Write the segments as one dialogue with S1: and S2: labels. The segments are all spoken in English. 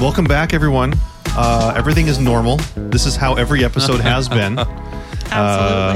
S1: Welcome back, everyone. Uh, everything is normal. This is how every episode has been. Uh,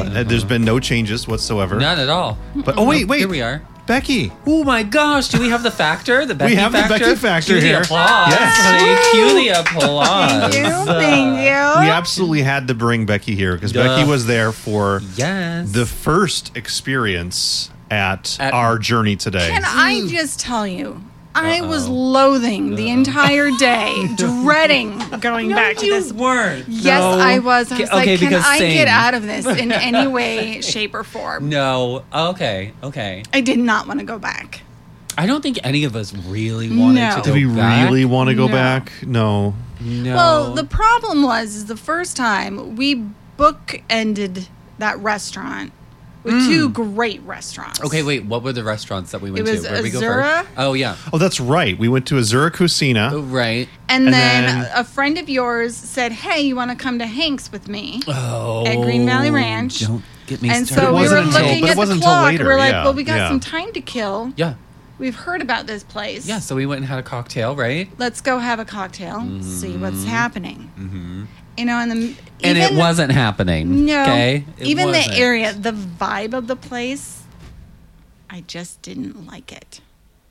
S2: Absolutely.
S1: there's been no changes whatsoever.
S3: None at all.
S1: But oh wait, wait.
S3: Here we are.
S1: Becky.
S3: Oh my gosh, do we have the factor? The Becky
S1: have the
S3: factor?
S1: Becky factor
S3: Cue
S1: here.
S3: The applause.
S1: Yes.
S3: See, Cue the applause. Uh,
S2: Thank you. Thank you.
S1: We absolutely had to bring Becky here because
S3: Ah! Duh.
S1: Becky was there for
S3: Yes.
S1: the first experience at,
S3: At-
S1: our journey today.
S2: Can I just tell you? I was loathing the entire day, dreading going back to
S3: you
S2: this.
S3: weren't.
S2: Yes,
S3: No.
S2: I was. I was
S3: Okay,
S2: like, can
S3: because
S2: I
S3: same.
S2: get out of this in any way, shape, or form?
S3: No. Okay. Okay.
S2: I did not want to go back.
S3: I don't think any of us really wanted
S2: No.
S3: to
S1: Do
S3: go
S1: we
S3: back.
S1: really want to go
S2: No.
S1: back? No.
S3: No.
S2: Well, the problem was is the first time we bookended that restaurant with two great restaurants.
S3: Hmm. Okay, wait. What were the restaurants that we went
S2: was
S3: to? Where'd we go
S2: Azura.
S3: first? Oh yeah.
S1: Oh, that's right. We went to Azura Cucina.
S3: Oh, right.
S2: And,
S1: And
S2: then,
S1: then-
S2: a friend of yours said, "Hey, you want to come to Hank's with me?"
S3: Oh.
S2: At Green Valley Ranch.
S3: Don't get me
S2: and
S3: started.
S2: so
S1: It
S2: we were
S1: wasn't until-
S2: looking
S1: but it
S2: at
S1: wasn't
S2: the
S1: until
S2: clock.
S1: later,
S2: we're like,
S1: yeah,
S2: "Well, we got
S1: yeah.
S2: some time to kill.
S3: Yeah.
S2: We've heard about this place.
S3: Yeah. So we went and had a cocktail, right?
S2: Let's go have a cocktail, see what's happening." Mm-hmm. You know, and the
S3: And
S2: even-
S3: it wasn't happening.
S2: no,
S3: Okay. It
S2: even
S3: wasn't.
S2: the area, the vibe of the place, I just didn't like it.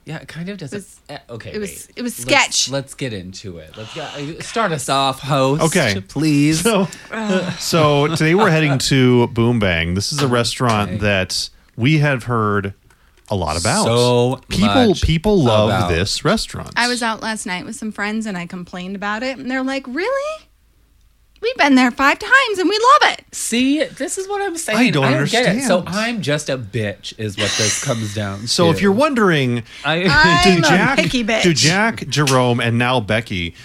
S3: Yeah, it kind of doesn't.
S2: was-
S3: eh, okay,
S2: it was-
S3: wait.
S2: it was
S3: Let's-
S2: sketch.
S3: Let's, get into it. Let's get, uh, start us off, host.
S1: Okay.
S3: please.
S1: So, so today we're heading to Boom Bang. This is a restaurant
S3: Okay.
S1: that we have heard a lot about.
S3: So
S1: people
S3: much
S1: people love
S3: about.
S1: this restaurant.
S2: I was out last night with some friends and I complained about it, and they're like, "Really? We've been there five times and we love it."
S3: See, this is what I'm saying.
S1: don't
S3: Get it. So
S1: understand.
S3: I'm just a bitch, is what this comes down.
S1: So
S3: to.
S1: if you're wondering,
S3: I,
S2: I-
S1: do
S2: I'm a
S1: Jack,
S2: picky bitch.
S1: do Jack, Jerome, and now Becky,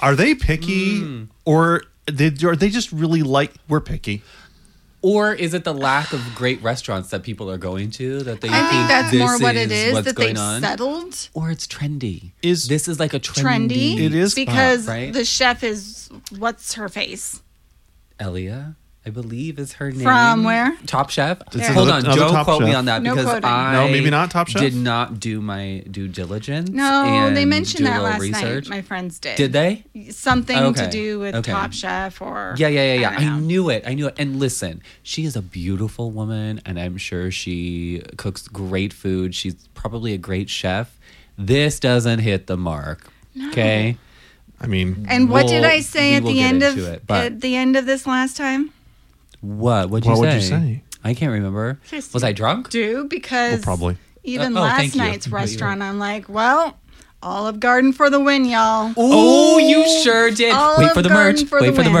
S1: are they picky
S3: Hmm.
S1: or they, are they just really like we're picky?
S3: or is it the lack of great restaurants that people are going to that they
S2: I think that's
S3: Ah, this
S2: more what it is
S3: what's
S2: that
S3: going
S2: they've
S3: on?
S2: settled.
S3: Or it's trendy.
S1: Is-
S3: this is like a
S2: trendy.
S3: trendy?
S1: It is
S2: because
S3: pop, right?
S2: the chef is what's her face?
S3: Elia, I believe is her name.
S2: From where?
S3: Top Chef.
S1: It's
S3: Hold
S1: another-
S3: on,
S1: another
S3: don't
S1: Top
S3: quote me
S1: Chef.
S3: on that
S2: No
S3: because
S2: quoting.
S3: I
S1: No, maybe not Top Chef?
S3: Did not do my due diligence.
S2: No, they
S3: and
S2: mentioned
S3: do a
S2: that
S3: little
S2: last
S3: research.
S2: night. My friends did.
S3: Did they?
S2: Something
S3: Okay,
S2: to do with
S3: okay.
S2: Top Chef or
S3: Yeah, yeah, yeah, yeah.
S2: don't
S3: I,
S2: know.
S3: knew it. I knew it. And listen, she is a beautiful woman, and I'm sure she cooks great food. She's probably a great chef. This doesn't hit the mark. Okay.
S1: I mean,
S2: And what did
S3: We'll-
S2: I say
S3: we
S2: at
S3: will
S2: the
S3: get
S2: end of
S3: into it, but-
S2: at the end of this last time?
S3: What?
S1: What
S3: What'd you
S1: would
S3: say?
S1: you say?
S3: I can't remember.
S2: Just-
S3: Was I drunk?
S2: Do because
S1: Well, probably.
S2: even
S3: Uh, oh, thank
S2: last
S3: you.
S2: night's
S3: But you-
S2: restaurant, I'm like, well, Olive Garden for the win, y'all.
S3: Oh, you sure did. Wait
S2: Olive
S3: for the
S2: Garden
S3: merch.
S2: for the
S3: Wait for the
S2: win.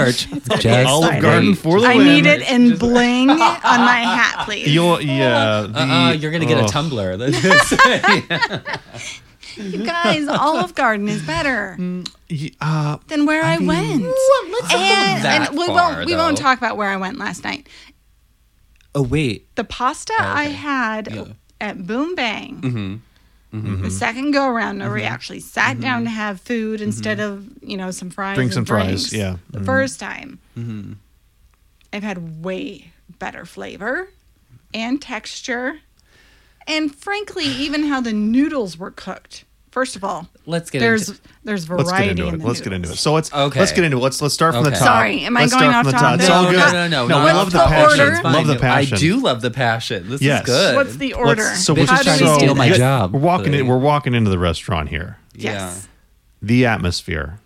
S3: merch. Just
S1: Olive Garden
S3: wait.
S1: for the
S2: I
S1: win.
S2: need it in bling on my hat, please.
S1: You'll, yeah, the-
S3: Uh, you're gonna get
S1: oh.
S3: a tumbler. Let's just say.
S2: you guys, Olive Garden is better
S3: Hmm.
S1: Y- uh,
S2: than where I,
S1: mean-
S2: went.
S3: let's not
S2: and,
S3: go that
S2: and we
S3: far,
S2: won't we won't
S3: though.
S2: talk about where I went last night.
S3: oh wait.
S2: The pasta I had
S3: Yeah.
S2: at Boom Bang.
S1: Mm-hmm.
S2: The second go around, where we actually sat down to have food instead of you know some fries,
S1: Drinks and Mm-hmm. fries,
S2: drinks.
S1: yeah. Mm-hmm.
S2: The first time, I've had way better flavor and texture, and frankly, even how the noodles were cooked. First of all,
S3: Let's get
S2: there's
S3: into-
S2: there's
S1: let's get
S2: variety
S1: into
S2: in
S1: it.
S2: the
S1: Let's get into it.
S2: noodles.
S1: So let's
S3: Okay.
S1: let's get into it. Let's let's start from the
S3: Okay.
S1: top.
S2: Sorry, am I
S1: Let's
S2: going
S1: start from
S2: off
S1: the top?
S2: topic?
S1: It's all
S2: No,
S1: good.
S2: no,
S3: no, no,
S1: No,
S3: not
S1: we
S2: off
S1: love the
S2: topic.
S1: passion.
S2: Order.
S3: It's fine.
S1: Love the passion.
S3: I do love the passion. This
S1: Yes.
S3: is good.
S2: What's the
S1: Let's-
S2: order?
S1: So we're
S3: Bitch
S1: just
S2: How
S3: tried
S2: do
S3: to
S2: we
S3: steal
S2: do
S3: my
S2: this?
S1: yeah,
S3: job,
S1: We're walking in,
S3: but-
S1: we're walking into the restaurant here.
S2: Yes.
S1: The atmosphere.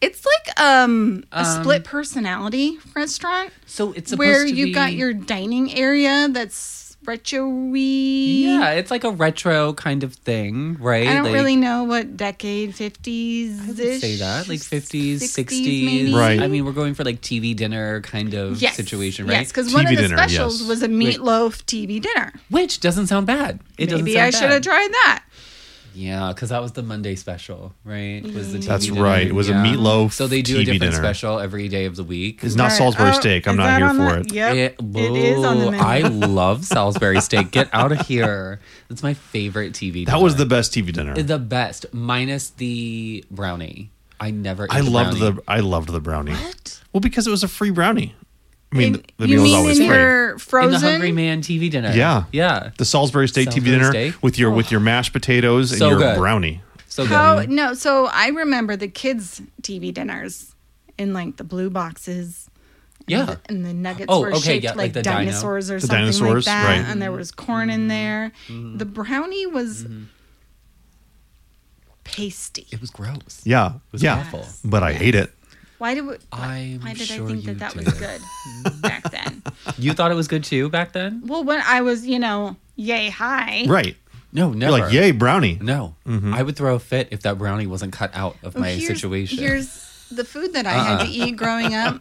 S2: It's like um, a
S3: Um,
S2: split personality restaurant
S3: So it's supposed
S2: where
S3: to
S2: you've got
S3: be-
S2: your dining area that's retro
S3: yeah. It's like a retro kind of thing, right?
S2: I don't
S3: like,
S2: really know what decade, 50s
S3: I would say that like 50s,
S2: maybe?
S3: 60s.
S1: Right.
S3: I mean, we're going for like TV dinner kind of
S2: yes.
S3: situation, right?
S2: Yes, because one
S1: TV
S2: of the
S1: dinner,
S2: specials
S1: yes.
S2: was a meatloaf TV dinner.
S3: Which doesn't sound bad. It doesn't
S2: Maybe
S3: sound
S2: I should have
S3: bad.
S2: tried that.
S3: Yeah, because that was the Monday special, right? Was
S2: Mm-hmm.
S3: the TV
S1: That's
S3: dinner.
S1: right. It was a
S3: Yeah.
S1: meatloaf
S3: So they do a
S1: TV
S3: different
S1: dinner.
S3: special every day of the week.
S1: It's not
S2: All right.
S1: Salisbury
S2: Oh,
S1: steak. I'm
S2: is
S1: not
S2: that
S1: here
S2: on
S1: for
S2: the-
S1: it.
S2: Yep, it is on the
S3: boo.
S2: menu.
S3: I love Salisbury steak. Get out of here. That's my favorite TV.
S1: That
S3: dinner.
S1: was the best TV dinner.
S3: the best, minus the brownie. I never. Ate
S1: I
S3: the
S1: loved
S3: brownie.
S1: the I loved the brownie. Well, because it was a free brownie. I mean,
S2: In-
S1: the
S2: you
S1: meal was
S2: mean
S1: always
S2: in
S1: free.
S2: your
S3: in
S2: frozen?
S3: the Hungry Man TV dinner.
S1: Yeah.
S3: yeah.
S1: the Salisbury steak TV
S3: Salisbury
S1: dinner
S3: steak?
S2: Oh.
S1: with your with your mashed potatoes and
S3: So
S1: your
S3: good.
S1: brownie.
S3: So
S2: How
S3: good.
S2: no, so I remember the kids' TV dinners in like the blue boxes. and
S3: Yeah.
S2: the- and the nuggets
S3: Oh,
S2: were
S3: okay,
S2: shaped
S3: yeah,
S2: like,
S3: like the dino- Mm-hmm.
S2: dinosaurs or
S1: The
S2: something
S1: dinosaurs,
S2: like that,
S1: right.
S2: and there was corn in there. The brownie was pasty.
S3: It was gross.
S1: Yeah,
S3: was
S1: yeah,
S3: awful.
S1: but I hate it.
S2: Why did we,
S3: I'm
S2: why did
S3: sure
S2: I think
S3: you
S2: that that was
S3: did.
S2: good back then?
S3: You thought it was good too back then?
S2: Well, when I was, you know, yay high,
S1: Right?
S3: No,
S1: You're
S3: never.
S1: like, yay, brownie.
S3: No,
S1: Mm-hmm.
S3: I would throw a fit if that brownie wasn't cut out of
S2: Well,
S3: my
S2: Oh, here's-
S3: situation. Uh-uh.
S2: Here's the food that I had to eat growing up.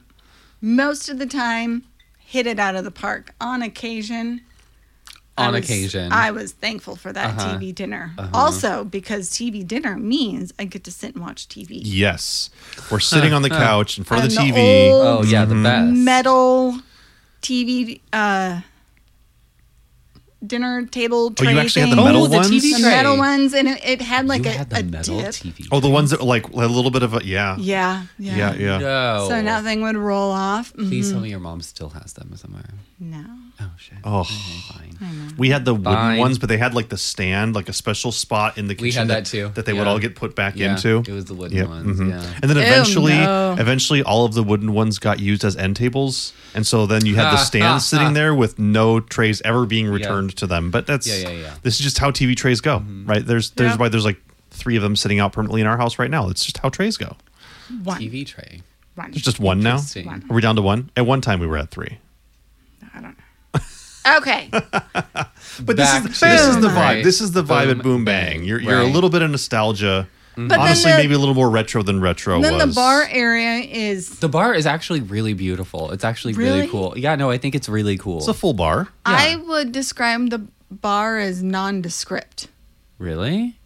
S2: Most of the time, hit it out of the park. On occasion. I
S3: On
S2: was-
S3: occasion.
S2: I was thankful for that
S3: Uh-huh.
S2: TV dinner. Also, because TV dinner means I get to sit and watch TV.
S1: Yes, we're sitting on the couch in front of the
S2: And the
S1: TV.
S2: old-
S3: oh yeah,
S1: Mm-hmm.
S3: the best
S2: Metal TV uh, dinner table
S1: Oh,
S2: tray.
S1: you actually had the
S2: thing.
S1: metal
S3: Oh, the
S1: ones.
S3: TV
S2: The
S3: tray.
S2: metal ones, and it, it had like
S3: you
S2: a,
S3: had the
S2: a
S3: metal
S2: dip.
S3: TV.
S1: Oh, the ones that like a little bit of a yeah,
S2: Yeah, yeah,
S1: yeah, yeah.
S3: No.
S1: Oh.
S2: So nothing would roll off. Mhm.
S3: Please tell me your mom still has them somewhere.
S2: No.
S3: Oh shit.
S1: Oh.
S3: Okay, fine.
S1: We had the wooden
S3: Fine.
S1: ones, but they had like the stand, like a special spot in the kitchen.
S3: We had that too.
S1: That they would
S3: Yeah.
S1: all get put back
S3: Yeah,
S1: into.
S3: it was the wooden ones,
S1: mhm.
S3: yeah.
S1: And then
S2: Ew,
S1: eventually,
S2: no.
S1: eventually, all of the wooden ones got used as end tables, and so then you had the
S3: Ah,
S1: stand
S3: ah,
S1: sitting
S3: ah.
S1: there with no trays ever being returned to them. But that's
S3: Yeah, yeah, Mm-hmm. yeah.
S1: This is just how TV trays go, right? There's there's
S2: Yep.
S1: why there's like three of them sitting out permanently in our house right now. It's just how trays go.
S2: One.
S3: TV tray.
S2: One.
S1: There's just one now.
S3: Interesting.
S2: One.
S1: Are we down to one? At one time, we were at three.
S2: I don't know. Okay.
S1: But this is,
S3: Back
S1: this
S3: to
S1: is the
S3: Boom.
S1: vibe. This is the vibe
S3: Boom,
S1: at Boom
S3: bang.
S1: Bang. You're you're a
S3: Right. Mm-hmm.
S1: little bit of nostalgia.
S2: then
S1: Honestly,
S2: the-
S1: maybe a little more retro than retro
S2: then
S1: was.
S2: the bar area is.
S3: The bar is actually really beautiful. It's actually really,
S2: Really?
S3: cool. Yeah, no, I think it's really cool.
S1: It's a full bar.
S2: I would describe the bar as nondescript.
S3: really?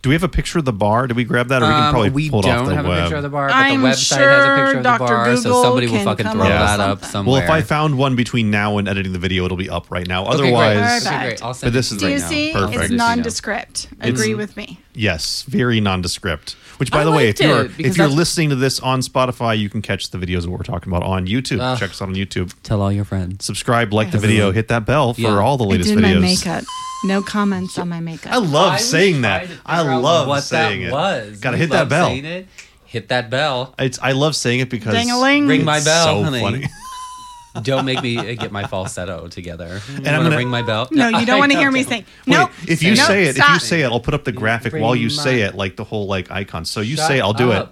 S1: Do we have a picture of the bar? Did we grab that, or we can
S3: Um,
S1: probably
S3: we
S1: pull it
S3: don't
S1: off the
S3: have
S1: web?
S3: a picture of the bar, but
S2: I'm
S3: the website has a
S2: sure
S3: picture of the
S2: Dr.
S3: bar, so
S2: Google
S3: somebody will
S2: can
S3: fucking
S2: come
S3: throw
S1: up with
S3: that up
S2: something.
S1: well,
S3: somewhere.
S1: if I found one between now and editing the video, it'll be up right now.
S3: Okay, great.
S1: Otherwise,
S2: Perfect.
S3: Okay, great. I'll send
S1: But
S3: it
S1: this
S3: to
S1: is
S2: Do
S1: right
S2: you
S1: now.
S2: see?
S1: Perfect.
S2: It's
S1: It's-
S2: nondescript. Agree with me.
S1: yes, very nondescript. Which, by
S3: I
S1: the way, if
S3: liked
S1: you're
S3: it, because
S1: if you're
S3: that's-
S1: listening to this on Spotify, you can catch the videos that we're talking about on YouTube.
S3: Ugh.
S1: Check us out on YouTube.
S3: Tell all your friends.
S1: Subscribe, like the video, hit that bell for
S3: Yeah.
S1: all the
S2: I
S1: latest
S2: did
S1: videos.
S2: my makeup. No comments on my makeup.
S1: I love
S3: was
S1: saying
S3: trying
S1: that.
S3: to
S1: I
S3: figure out
S1: love
S3: what
S1: saying
S3: that
S1: it.
S3: Was.
S1: Gotta
S3: You
S1: hit that
S3: love
S1: bell.
S3: saying it? Hit that bell.
S1: It's I love saying it because
S2: Ding-a-ling.
S1: it's
S3: Ring my bell,
S1: So
S3: honey.
S1: funny.
S3: Don't make me uh, get my falsetto together. And
S1: I'm gonna-
S3: ring my bell.
S2: no, you don't want to hear me sing. Nope.
S1: Wait, if you
S2: Nope,
S1: say it, if you
S2: stop.
S1: say it, I'll put up the graphic while you
S3: Ring my-
S1: say it, like the whole like icon. So you say, it, I'll do it.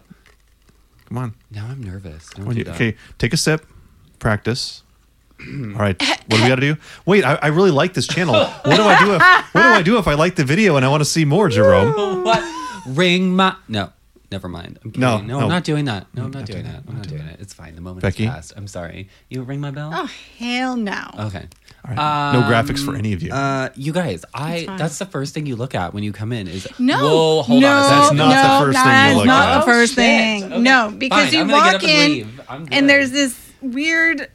S1: Come on.
S3: Now I'm nervous. Don't
S1: When
S3: do
S1: you-
S3: that.
S1: okay, take a sip. Practice. All right, what do we got to do? Wait, I, I really like this channel. What do I do? If, what do I do if I like the video and I want to see more, Jerome?
S3: What? Ring my no. Never mind. I'm kidding.
S1: No, no.
S3: No, I'm not doing that. No, I'm not doing that. I'm not doing it. It's fine. The moment
S1: Becky?
S3: has passed. I'm sorry. You ring my bell.
S2: Oh, hell no.
S3: Okay.
S1: All
S3: Um,
S1: right. no graphics for any of you.
S3: Uh, you guys, I—that's the first thing you look at when you come in. Is
S2: No.
S3: Whoa, hold
S2: no,
S3: on. a
S1: That's
S3: second.
S1: not the
S2: no,
S1: first thing you
S2: that's
S1: look
S2: not
S1: at.
S2: the first
S3: Oh, shit.
S2: thing.
S3: Okay.
S2: No, because
S3: Fine,
S2: you
S3: I'm gonna get
S2: walk
S3: up and
S2: in
S3: leave. I'm good.
S2: and there's this weird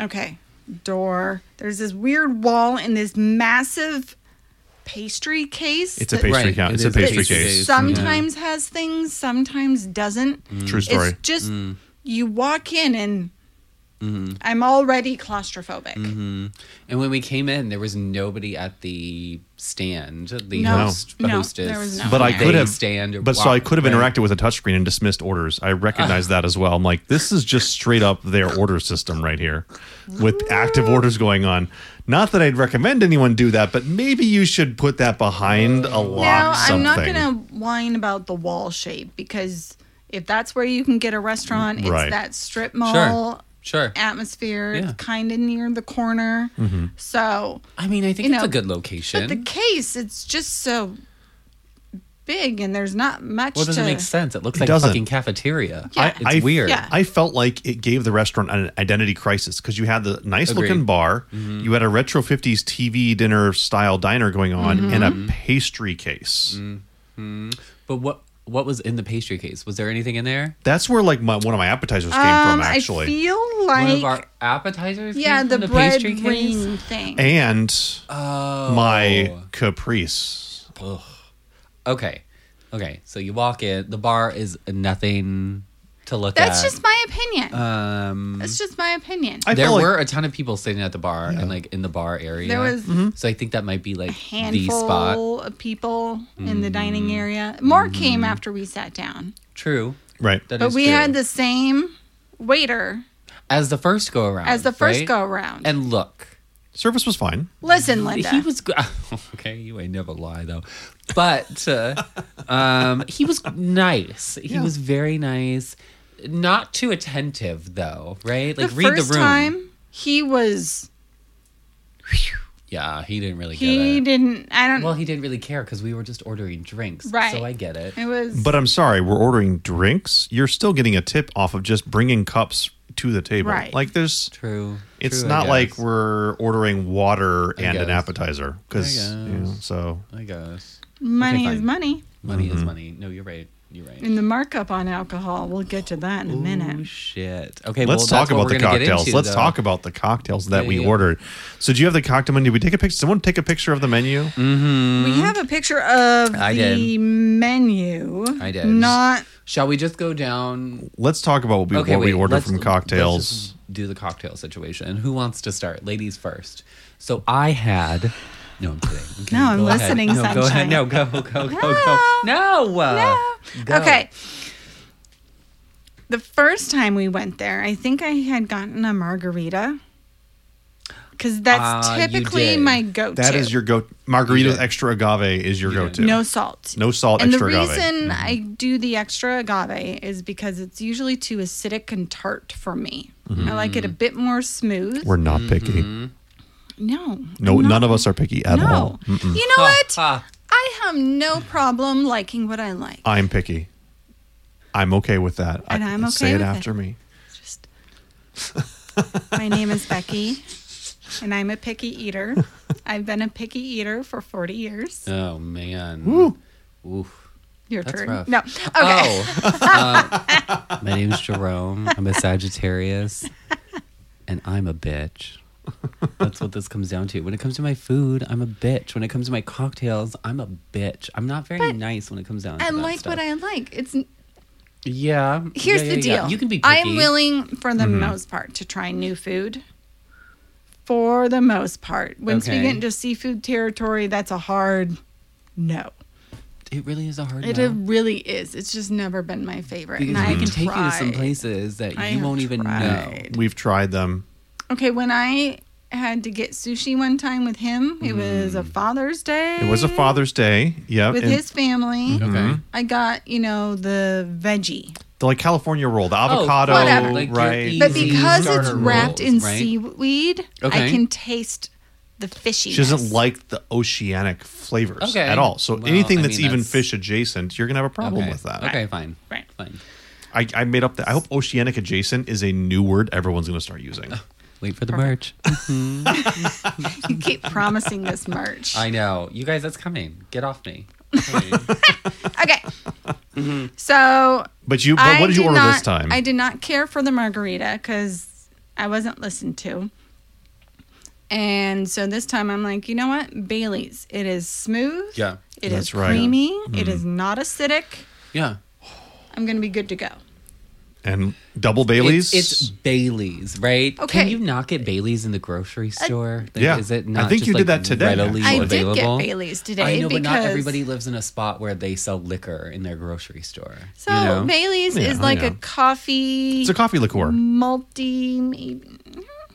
S2: okay, door. There's this weird wall and this massive pastry case.
S1: it's a
S2: that-
S1: pastry
S3: Right,
S1: count.
S3: it
S1: It's a
S3: is a
S2: that
S1: pastry
S3: pastry
S1: case.
S3: case. Mm-hmm.
S2: sometimes has things, sometimes doesn't.
S1: True story.
S2: It's just
S3: Mm.
S2: you walk in and I'm already claustrophobic.
S3: And when we came in, there was nobody at the stand. The
S2: No.
S3: host, the
S2: No,
S3: hostess.
S2: there was no
S1: But I
S2: Yeah.
S3: they
S1: could have
S3: stand. or
S1: But so
S3: walk-
S1: I could have
S3: right?
S1: interacted with a touchscreen and dismissed orders. I recognize that as well. I'm like, this is just straight up their order system right here, with active orders going on. Not that I'd recommend anyone do that, but maybe you should put that behind a lock.
S2: Now, I'm
S1: something.
S2: not going to whine about the wall shape because if that's where you can get a restaurant, it's
S1: Right.
S2: that strip mall
S3: Sure.
S2: atmosphere.
S3: Yeah.
S2: It's kind of near the corner.
S1: Mm-hmm.
S2: So,
S3: I mean, I think
S2: you
S3: it's a
S2: know,
S3: good location.
S2: but the case, it's just so big and there's not much
S3: well, it doesn't
S2: to.
S3: make sense. It looks
S1: It
S3: like
S1: doesn't.
S3: a fucking cafeteria.
S2: Yeah. I-
S3: it's
S1: I-
S3: weird.
S2: yeah.
S1: I felt like it gave the restaurant an identity crisis because you had the nice
S3: Agreed.
S1: looking bar,
S2: Mm-hmm.
S1: you had a retro 50s TV dinner style diner going on,
S2: Mm-hmm.
S1: and a pastry case.
S3: But what what was in the pastry case? Was there anything in there?
S1: That's where like my, one of my appetizers came
S2: Um,
S1: from,
S2: I
S1: actually.
S2: feel
S3: One of
S2: like
S3: our appetizers? came
S2: yeah,
S3: from
S2: the,
S3: the
S2: bread
S3: pastry case.
S2: ring thing.
S1: and
S3: Oh.
S1: my caprice.
S3: Okay. Okay. So you walk in. The bar is nothing. to look
S2: That's
S3: at.
S2: just my opinion.
S3: um,
S2: That's just my opinion.
S1: I
S3: there
S1: felt like-
S3: were a ton of people sitting at the bar and like in the bar area.
S2: There was
S1: Mm-hmm.
S3: so I think that might be like the spot.
S2: handful of people in the
S3: Mm.
S2: dining area. More
S1: Mm.
S2: came after we sat down,
S3: True,
S1: right.
S3: That is
S2: but we
S3: true.
S2: had the same waiter
S3: as the first go around.
S2: as the first
S3: Um, right?
S2: go around. And
S3: And look,
S1: Service was fine.
S2: listen, Linda,
S3: he was go- okay. You ain't never lie though, but uh, um, he was nice. He
S1: Yeah.
S3: was very nice. Not too attentive though, right?
S2: the
S3: Like read
S2: first
S3: the room.
S2: time he was
S3: yeah, he didn't really
S2: he
S3: get it.
S2: didn't. I don't.
S3: Well, he didn't really care because we were just ordering drinks.
S2: Right.
S3: So I get it.
S2: it was.
S1: But I'm sorry, we're ordering drinks. You're still getting a tip off of just bringing cups to the table.
S2: Right.
S1: Like there's,
S3: True.
S1: it's
S3: True, I
S1: not like
S3: guess.
S1: we're ordering water and
S3: guess.
S1: an appetizer because
S3: I
S1: you
S3: guess.
S1: know, so
S3: I guess
S2: money is
S3: Okay, fine.
S2: money,
S3: money is money. No, you're right. You're right.
S2: and the markup on alcohol. We'll get to that in a
S3: Oh
S2: minute.
S3: shit. Okay. well,
S1: let's
S3: that's
S1: talk
S3: what
S1: about the
S3: we're gonna get
S1: cocktails.
S3: into,
S1: let's
S3: though.
S1: talk about the cocktails that
S3: Yeah,
S1: we
S3: yeah.
S1: ordered. So do you have the cocktail menu? Did we take a picture? Someone take a picture of the menu.
S3: Mm.
S2: We have a picture of
S3: Hmm? I
S2: the
S3: did.
S2: menu.
S3: I did.
S2: Not
S3: Shall we just go down?
S1: Let's talk about what we,
S3: Okay.
S1: what we
S3: wait,
S1: ordered
S3: let's-
S1: from
S3: let's
S1: cocktails.
S3: just do the cocktail situation. Who wants to start? Ladies first. So I had. No, I'm kidding. I'm kidding.
S2: No, I'm
S3: Go ahead.
S2: listening,
S3: No, go ahead.
S2: sunshine.
S3: Oh, No, go, go, go, go.
S2: No.
S3: No. uh, go.
S2: Okay. The first time we went there, I think I had gotten a margarita. Because that's
S3: Ah, you
S2: typically
S3: did.
S2: my go to.
S1: That is your go. Margarita
S3: You
S1: with
S3: did.
S1: extra agave is your
S3: You
S1: go
S3: did.
S1: to.
S2: No salt.
S1: No salt,
S2: And
S1: extra
S2: the
S1: agave. Mm-hmm.
S2: reason I do the extra agave is because it's usually too acidic and tart for me. I like it a bit more smooth.
S1: Mm-hmm. We're not
S3: Mm-hmm.
S1: picky.
S2: no.
S1: No, none of us are picky at
S2: No.
S1: all.
S2: You know
S3: Ha,
S2: what?
S3: ha.
S2: I have no problem liking what I like.
S1: I'm picky. I'm okay with that.
S2: And I'm okay
S1: say it
S2: with
S1: after
S2: it.
S1: me.
S2: Just my name is Becky, and I'm a picky eater. I've been a picky eater for 40 years.
S3: Oh man. Oof.
S2: Your
S3: That's
S2: turn.
S3: rough.
S2: No. Okay.
S3: Oh, uh, my name's Jerome. I'm a Sagittarius, and I'm a bitch. That's what this comes down to. When it comes to my food, I'm a bitch. When it comes to my cocktails, I'm a bitch. I'm not very
S2: But
S3: nice when it comes down. to
S2: I
S3: that
S2: like
S3: stuff.
S2: what I like. It's
S3: Yeah.
S2: here's
S3: yeah, yeah,
S2: the
S3: yeah.
S2: deal.
S3: You can be. Picky. Mm-hmm.
S2: I'm willing for the most part to try new food. For the most part, once we
S3: Okay.
S2: get into seafood territory, that's a hard no.
S3: It really is a hard.
S2: It
S3: no.
S2: uh, really is. It's just never been my favorite.
S3: because
S2: and I
S3: we can
S2: have
S3: take you to some
S2: tried.
S3: places that
S2: I
S3: you
S2: have
S3: won't even know.
S2: tried.
S1: We've tried them.
S2: Okay, when I had to get sushi one time with him, it was a Father's Day.
S1: Mm. It was a Mm-hmm. Father's Day. Yeah.
S2: with
S1: and
S2: his family.
S3: Okay.
S2: I got you know the veggie,
S1: the like California roll, the avocado,
S2: Oh, whatever.
S3: Like your
S1: right?
S2: but
S3: Easy
S2: because it's
S3: starter
S2: wrapped
S3: rolls,
S2: in
S3: right?
S2: seaweed, I
S3: Okay.
S2: can taste the fishy.
S1: she doesn't like the oceanic flavors
S3: Okay.
S1: at all. So
S3: Well,
S1: anything
S3: I
S1: that's
S3: mean,
S1: even
S3: that's-
S1: fish adjacent, you're gonna have a problem
S3: okay.
S1: with that.
S3: Okay, fine.
S2: Right.
S3: Fine.
S1: I, I made up that. I hope oceanic adjacent is a new word everyone's gonna start
S3: Uh.
S1: using.
S3: Wait for the merch.
S2: You keep promising this merch.
S3: I know. You guys, that's coming. Get off me.
S2: okay,
S1: Mm-hmm.
S2: so
S1: But you, but
S2: I
S1: what did you
S2: did
S1: order
S2: not,
S1: this time?
S2: I did not care for the margarita because I wasn't listened to. And so this time I'm like, you know what? Bailey's. It is smooth.
S3: Yeah.
S2: It is
S1: That's right. Mm-hmm.
S2: creamy. It is not acidic.
S3: Yeah.
S2: I'm going to be good to go.
S1: and double Baileys.
S3: It's, it's Bailey's, right? Can
S2: Okay. Uh,
S3: you not get Bailey's in the grocery store? Like,
S1: yeah.
S3: Is it
S1: I
S3: not
S1: think
S3: just,
S1: you did
S3: like,
S1: that today,
S3: Readily
S1: actually.
S2: I
S3: available?
S2: did get Bailey's today
S3: I know,
S2: because
S3: but not everybody lives in a spot where they sell liquor in their grocery store.
S2: So
S3: you know?
S2: Bailey's
S1: Yeah,
S2: is
S1: I
S2: like a
S1: know.
S2: coffee
S1: It's a coffee liqueur.
S2: multi maybe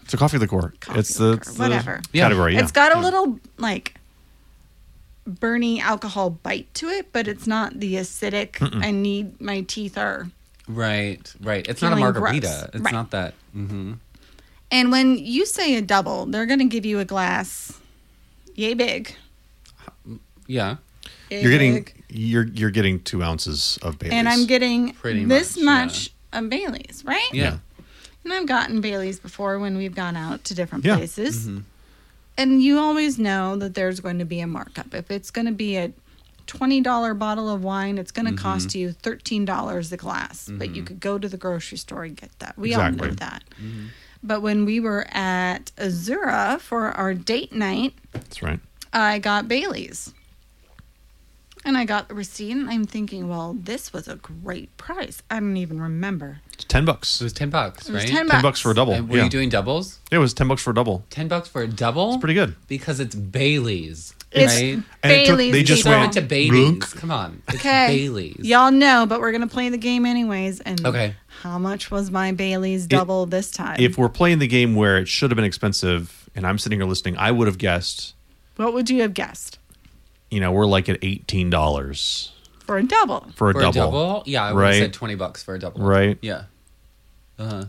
S1: It's a coffee liqueur.
S2: Coffee
S1: it's the,
S2: liqueur,
S1: it's the
S2: whatever.
S3: Yeah.
S1: category. Yeah.
S2: It's got a little like burning alcohol bite to it, but it's not the acidic. I need my teeth are.
S3: right, right. It's not a
S2: Feeling
S3: margarita.
S2: gross.
S3: It's
S2: Right.
S3: not that. hmm
S2: And when you say a double, they're going to give you a glass, yay big.
S3: Yeah.
S2: yay
S1: you're getting
S2: big.
S1: you're you're getting two ounces of Baileys.
S2: and I'm getting
S3: Pretty
S2: this
S3: much,
S2: much of Bailey's, right?
S3: Yeah.
S1: Yeah.
S2: And I've gotten Bailey's before when we've gone out to different
S1: Yeah. Mm-hmm.
S2: places. And you always know that there's going to be a markup. If it's going to be a $20 bottle of wine, it's
S1: Mm-hmm.
S2: going to cost you $13 a glass. But you could go to the grocery store and get that. We all know
S1: Exactly. Mm-hmm.
S2: that. But when we were at Azura for our date night,
S1: That's right.
S2: I got Bailey's. And I got the receipt, and I'm thinking, well, this was a great price. I don't even remember.
S1: It's ten bucks.
S3: It was ten bucks,
S2: It
S3: right?
S2: was 10
S1: ten bucks for a double.
S3: And were
S1: yeah.
S3: you doing doubles?
S1: it was ten bucks for a double.
S3: Ten bucks for a double? It's
S1: pretty good.
S3: because it's Bailey's,
S2: It's
S3: right?
S1: And it took-
S2: Bailey's.
S1: they just
S2: people.
S1: went-
S3: Serve it to Bailey's.
S1: Blunk.
S3: Come on, it's
S2: Okay.
S3: Bailey's.
S2: Y'all know, but we're gonna play the game anyways. And
S3: Okay.
S2: how much was my Bailey's double this time?
S1: If we're playing the game where it should have been expensive, and I'm sitting here listening, I would have guessed.
S2: what would you have guessed
S1: You know, we're like at eighteen dollars
S2: for a double?
S1: for a
S3: for
S1: double.
S3: a double? Yeah, I would have
S1: Right.
S3: said twenty bucks for a double.
S1: Right.
S3: Yeah. Uh huh.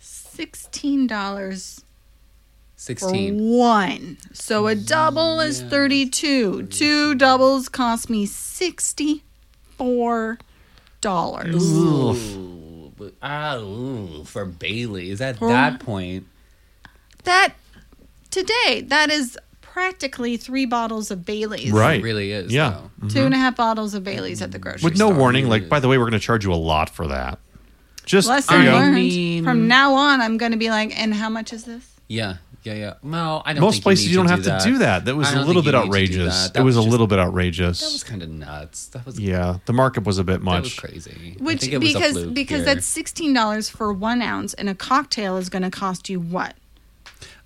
S2: Sixteen dollars for
S3: Sixteen. Mm,
S2: one. So a double is thirty-two. Two doubles cost me sixty-four dollars.
S1: Mm.
S3: Ooh. but- Ah, ooh, for Bailey's at that point.
S2: That today, that is practically three bottles of Bailey's.
S1: Right. Mm-hmm.
S3: It really is.
S1: Yeah.
S3: though.
S2: Two and a half bottles of Bailey's at the grocery
S1: with
S2: store.
S1: no
S3: Sorry.
S1: warning. Like, by the way, we're going to charge you a lot for that. Just
S2: Lesson
S1: there you go. Mm.
S2: learned.
S3: mean-
S2: From now on, I'm going to be like, and how much is this?
S3: Yeah. Yeah. Yeah. Well, I don't.
S1: Most
S3: think
S1: places
S3: you,
S1: you,
S3: need
S1: don't
S3: to
S1: have to do that. That was
S3: I
S1: a
S3: don't
S1: little
S3: think
S1: bit
S3: you need to do
S1: outrageous.
S3: that. That
S1: it was,
S3: was
S1: a
S3: just-
S1: little bit
S3: That was
S1: outrageous.
S3: kind of nuts. That was.
S1: Yeah, the markup was a bit
S3: That
S1: much.
S3: was crazy. I
S2: Which
S3: think it was a
S2: because
S3: fluke
S2: because
S3: here.
S2: that's sixteen dollars for one ounce, and a cocktail is going to cost you what?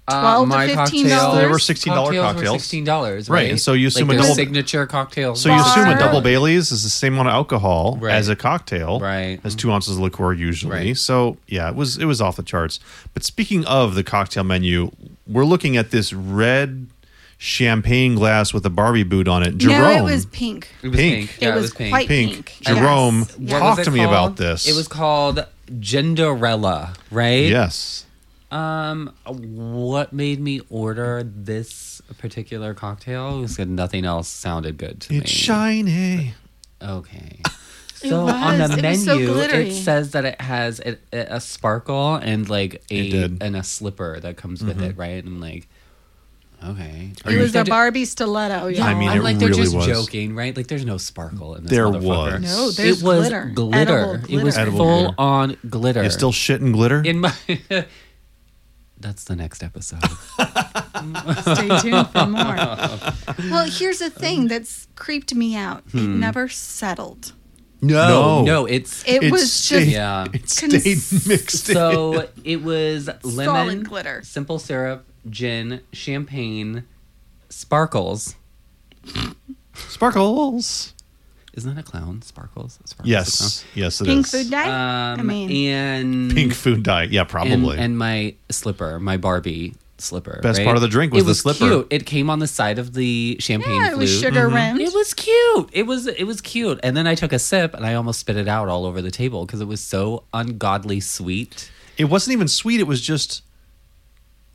S3: Uh,
S2: 12 to
S3: my
S2: $15
S3: cocktails-
S2: There were
S1: $16
S3: Were
S1: cocktails.
S3: Sixteen dollars,
S1: Right,
S3: right?
S1: and so you assume a
S3: like their
S1: double-
S3: signature cocktails.
S1: So you assume a
S2: Bar.
S1: double Bailey's is the same amount of alcohol
S3: Right.
S1: as a cocktail,
S3: Right.
S1: As two ounces of liqueur usually.
S3: Right.
S1: So yeah, it was it was off the charts. But speaking of the cocktail menu, we're looking at this red champagne glass with a Barbie boot on it. Jerome,
S2: No, it was pink.
S3: It was
S1: Pink.
S3: pink. Yeah,
S2: it, was
S3: pink.
S2: quite
S1: Pink.
S2: pink. Yes.
S1: Jerome,
S2: Yes.
S1: Talk
S3: was it
S1: to me about
S3: called?
S1: this.
S3: It was called Genderella, right?
S1: yes,
S3: Um, what made me order this particular cocktail was that nothing else sounded good to me.
S1: it's shiny.
S3: Okay.
S2: It
S3: So on the
S2: was. It was so
S3: menu,
S2: glittery.
S3: it says that it has a, a sparkle and like
S1: It
S3: a
S1: did. Mm-hmm.
S3: and a slipper that comes with it, right? And I'm like, okay.
S2: It was a Barbie stiletto. Y'all.
S1: I mean,
S3: I'm
S1: it
S3: like, they're
S1: really
S3: just
S1: was.
S3: joking, right? Like, there's no sparkle in this.
S1: There
S3: motherfucker.
S1: was.
S2: No, there's
S3: it was
S2: glitter. Edible
S3: It was
S2: glitter.
S1: Edible
S3: full
S1: glitter.
S3: on glitter.
S1: You still shit and glitter?
S3: in my. That's the next episode.
S2: Stay tuned for more. well, here's the thing that's creeped me out. It
S3: Hmm.
S2: never settled.
S1: no,
S3: no, it's
S2: It,
S1: It
S2: was
S1: stayed-
S2: just
S3: Yeah.
S1: It stayed
S2: Cons-
S1: mixed in.
S3: so it was lemon
S2: glitter.
S3: simple syrup, gin, champagne, sparkles.
S1: Sparkles.
S3: Isn't that a clown? Sparkles. sparkles
S1: Yes, yes, it is.
S2: pink food
S3: a
S2: dye.
S3: clown. Um,
S2: I mean,
S3: and
S1: Pink food dye. Yeah,
S3: and,
S1: probably.
S3: and my slipper, my Barbie slipper.
S1: Best
S3: right?
S1: part of the drink was
S3: it
S1: the slipper.
S3: Cute. It came on the side of the champagne
S2: yeah, it was
S3: flute.
S2: sugar rimmed.
S3: Mm-hmm. It was cute. It was it was cute. And then I took a sip and I almost spit it out all over the table because it was so ungodly sweet.
S1: it wasn't even sweet. It was just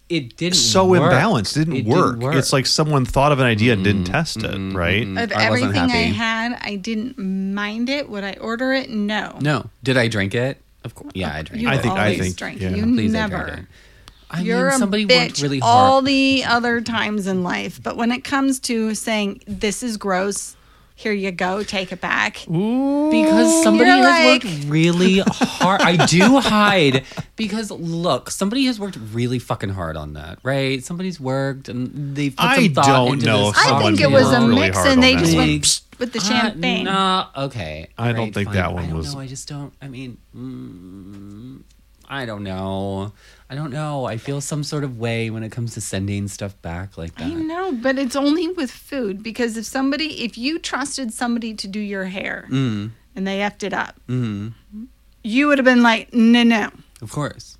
S3: It didn't
S1: so
S3: work.
S1: imbalanced. It didn't,
S3: It Mm-hmm.
S1: work. It's like someone thought of an idea and didn't test it, right?
S2: of
S3: I wasn't
S2: everything I
S3: happy.
S2: had, I didn't mind it. Would I order it? No.
S3: No. Did I drink it? Of course. Yeah, I drank
S2: You
S3: it.
S1: I think- I
S2: always
S1: think-
S2: drink.
S1: yeah.
S2: You
S3: Please, I drank
S2: never.
S3: it. I
S2: You're
S3: mean, somebody
S2: a
S3: worked
S2: bitch
S3: really hard.
S2: all the other times in life, but when it comes to saying this is gross, here you go, take it back.
S3: because somebody
S2: You're like-
S3: has worked really hard. I do hide because look, somebody has worked really fucking hard on that, right? Somebody's worked and they put some
S1: I
S3: thought
S1: don't
S3: into
S1: know
S3: this
S1: if
S2: I
S1: someone
S2: think it was a
S1: worked really
S2: mix,
S1: hard on
S2: and they
S1: that
S2: just
S1: one.
S2: went psst with the champagne.
S3: Uh, nah, okay.
S1: I don't think that one
S3: I don't
S1: was-
S3: Know. I just don't. I mean, mm, I don't know. I don't know. I feel some sort of way when it comes to sending stuff back like that.
S2: I know, but it's only with food because if somebody, if you trusted somebody to do your hair
S1: Mm.
S2: and they effed it up, you would have been like, no, no.
S3: Of course.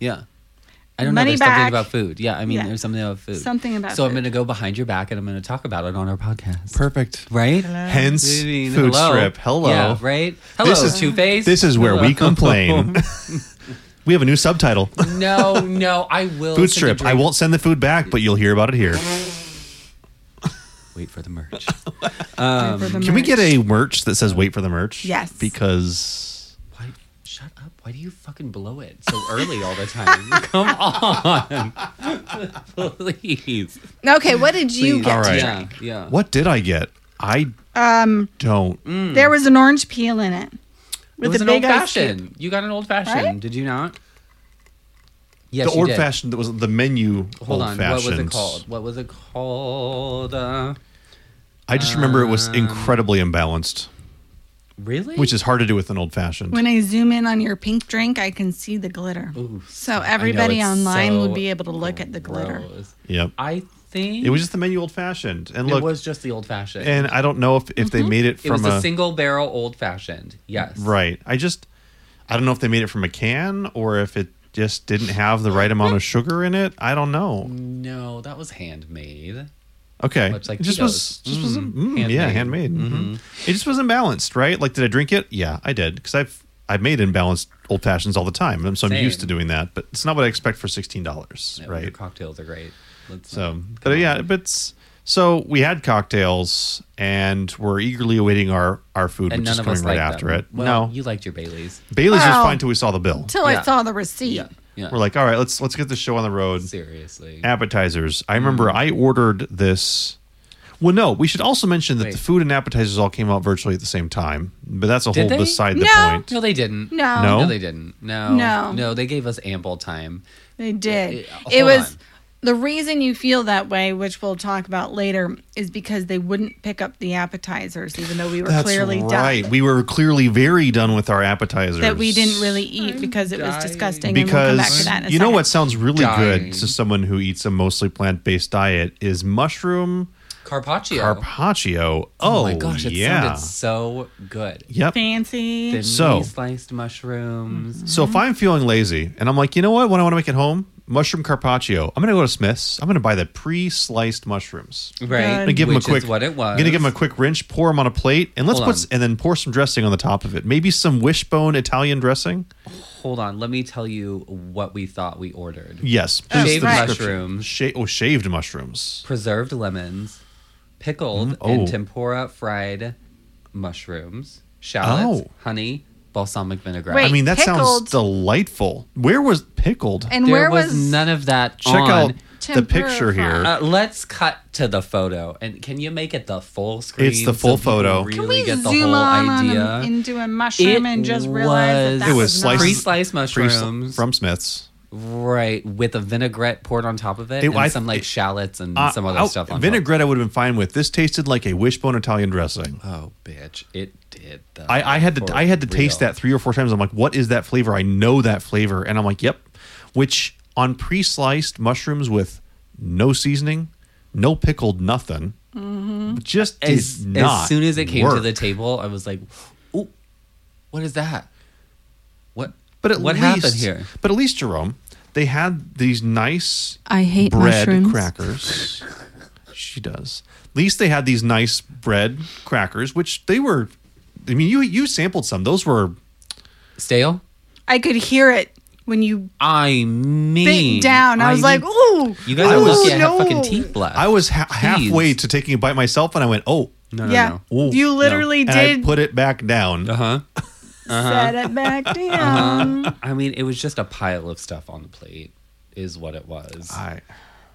S3: Yeah. I don't
S2: Money
S3: know. There's
S2: back.
S3: something about food. Yeah, I mean,
S2: Yeah.
S3: there's something about food.
S2: Something about
S3: So I'm
S2: food.
S3: going to go behind your back and I'm going to talk about it on our podcast.
S1: Perfect.
S3: Right?
S1: Hence,
S3: I mean,
S1: food
S3: hello.
S1: strip. Hello.
S3: Yeah, right? Hello,
S1: This is
S3: Two Face.
S1: This is where we complain. we have a new subtitle.
S3: no, no, I will.
S1: food
S3: send a
S1: strip. I
S3: drink.
S1: won't send the food back, but you'll hear about it here.
S3: Wait for the merch.
S2: For the
S1: Um, Can we
S2: merch.
S1: get a merch that says "Wait for the merch"?
S2: Yes.
S1: because
S3: Why? Shut up. Why do you fucking blow it so early all the time? Come on. Please.
S2: Okay, what did you
S3: Please.
S2: get?
S1: All right.
S3: Yeah, yeah.
S1: what did I get? I
S2: Um,
S1: don't.
S2: There was an orange peel in it.
S3: Hmm. It was
S2: a
S3: an old
S2: ice cube.
S3: fashioned. You got an old fashioned,
S2: Right?
S3: did you not? Yes,
S1: The
S3: you
S1: old
S3: did.
S1: fashioned that was the menu. old
S3: Hold on. What was it
S1: fashions.
S3: called? What was it called? Uh,
S1: I just remember it was incredibly imbalanced.
S3: Really?
S1: which is hard to do with an old fashioned.
S2: When I zoom in on your pink drink, I can see the glitter.
S3: Ooh,
S2: so
S3: I know,
S2: everybody
S3: it's
S2: online
S3: so
S2: would be able to look at the glitter.
S3: gross.
S1: Yep.
S3: I think
S1: It was just the menu old fashioned, and
S3: it
S1: look,
S3: was just the old fashioned.
S1: and I don't know if if they made it
S3: it
S1: from
S3: was a,
S1: a
S3: single barrel old fashioned. Yes.
S1: right. I just I don't know if they made it from a can or if it just didn't have the right amount of sugar in it. I don't know.
S3: No, that was handmade.
S1: Okay,
S3: Much like
S1: it just was
S3: Tito's.
S1: just wasn't
S3: Mm,
S1: mm, yeah handmade.
S3: handmade. Mm-hmm.
S1: Mhm. It just wasn't balanced, right? Like, did I drink it? Yeah, I did because I've I've made imbalanced old fashions all the time, and so I'm
S3: Same.
S1: used to doing that. But it's not what I expect for sixteen dollars,
S3: No, Your
S1: right?
S3: cocktails are great. Let's
S1: So,
S3: not-
S1: but yeah, but it's, so we had cocktails and we're eagerly awaiting our our food,
S3: and
S1: which
S3: none
S1: is
S3: of
S1: coming
S3: us
S1: right
S3: liked
S1: after
S3: them.
S1: it.
S3: Well,
S1: no,
S3: you liked your Bailey's.
S1: Bailey's
S2: Wow.
S1: was fine till we saw the bill.
S2: Till
S3: Yeah.
S2: I saw the receipt.
S3: Yeah. Yeah.
S1: We're like, all right, let's let's get this show on the road.
S3: seriously.
S1: Appetizers. I remember
S2: Mm.
S1: I ordered this. Well, no, we should also mention that
S3: Wait.
S1: the food and appetizers all came out virtually at the same time, but that's a
S3: Did
S1: whole
S3: they?
S1: beside the
S2: No.
S1: point.
S3: No, they didn't.
S2: No.
S1: No?
S3: No, they didn't. No.
S2: No.
S3: No, they gave us ample time.
S2: They did.
S3: it-
S2: It,
S3: hold
S2: was
S3: on.
S2: the reason you feel that way, which we'll talk about later, is because they wouldn't pick up the appetizers, even though we were
S1: That's
S2: clearly
S1: right.
S2: done.
S1: We were clearly very done with our appetizers
S2: That we didn't really eat because it was
S3: dying.
S2: disgusting. and we'll come back to
S1: because
S2: that in a
S1: you know
S2: second.
S1: what sounds really
S3: Dying.
S1: good to someone who eats a mostly plant-based diet is mushroom
S3: Carpaccio.
S1: carpaccio. Oh,
S3: oh my gosh, it
S1: yeah.
S3: sounded so good.
S1: Yep.
S2: Fancy.
S3: Thinly
S1: So-
S3: sliced mushrooms.
S1: So
S2: Mm-hmm.
S1: if I'm feeling lazy and I'm like, you know what, when I want to make it home, mushroom carpaccio. I'm gonna go to Smith's. I'm gonna buy the pre-sliced mushrooms. I'm
S3: Right.
S2: I'm
S1: gonna give them a
S3: which
S1: quick.
S3: Is what it was.
S1: I'm gonna give them a quick rinse. Pour them on a plate, and let's
S3: Hold
S1: put s
S3: on.
S1: and then pour some dressing on the top of it. Maybe some wishbone Italian dressing.
S3: Hold on, let me tell you what we thought we ordered.
S1: Yes,
S3: Shaved
S1: the description.
S3: mushrooms.
S1: Sha- oh, shaved mushrooms.
S3: Preserved lemons, pickled
S1: Mm, oh.
S3: and tempura fried mushrooms, shallots,
S1: Oh.
S3: honey, balsamic vinaigrette.
S2: Wait,
S1: I mean, that
S2: pickled.
S1: sounds delightful. Where was pickled?
S2: And
S3: there
S2: where
S3: was,
S2: was,
S3: none of that
S1: Check
S3: on.
S1: out the
S2: Tempura
S1: picture
S2: fry.
S1: here.
S3: Uh, let's cut to the photo, and can you make it the full screen?
S1: It's the full
S3: so people
S1: photo.
S3: Really
S2: Can we
S3: get the
S2: zoom
S3: whole
S2: on,
S3: idea.
S2: on and do a mushroom and just realize that, that
S1: It was
S2: was, not-
S1: sliced-
S3: pre-sliced
S1: Pre-
S3: mushrooms,
S1: from Smith's.
S3: right, with a vinaigrette poured on top of it,
S1: It-
S3: and
S1: I-
S3: some like
S1: it-
S3: shallots and
S1: Uh,
S3: some other
S1: oh,
S3: stuff on top.
S1: vinaigrette. I would have been fine with this. Tasted like a wishbone Italian dressing.
S3: Oh, bitch! It did. Though,
S1: I, I had to
S3: For
S1: I had to taste
S3: real.
S1: that three or four times. I'm like, what is that flavor? I know that flavor, and I'm like, yep. Which on pre-sliced mushrooms with no seasoning, no pickled nothing, just did
S3: As,
S1: not
S3: as soon as it came to
S1: work.
S3: the table, I was like, "Ooh, what is that? What?
S1: But at
S3: what
S1: least,
S3: happened here?
S1: But at least Jerome, they had these nice
S2: I hate
S1: bread
S2: mushrooms.
S1: crackers. she does. At least they had these nice bread crackers, which they were. I mean, you you sampled some. Those were
S3: Stale?
S2: I could hear it when you
S3: I mean,
S2: bit down. I was
S3: mean-
S2: like, ooh.
S3: You guys
S1: I
S3: are
S1: was-
S3: lucky I have
S2: no.
S3: fucking teeth left.
S1: I was ha-
S3: Please.
S1: halfway to taking a bite myself, and I went, "Oh,
S3: No, no,
S2: Yeah.
S1: no. Ooh,
S2: You literally
S1: and I
S2: did
S1: put it back down."
S3: Uh huh. Uh-huh.
S2: set it back down.
S3: I mean, it was just a pile of stuff on the plate, is what it was.
S1: I-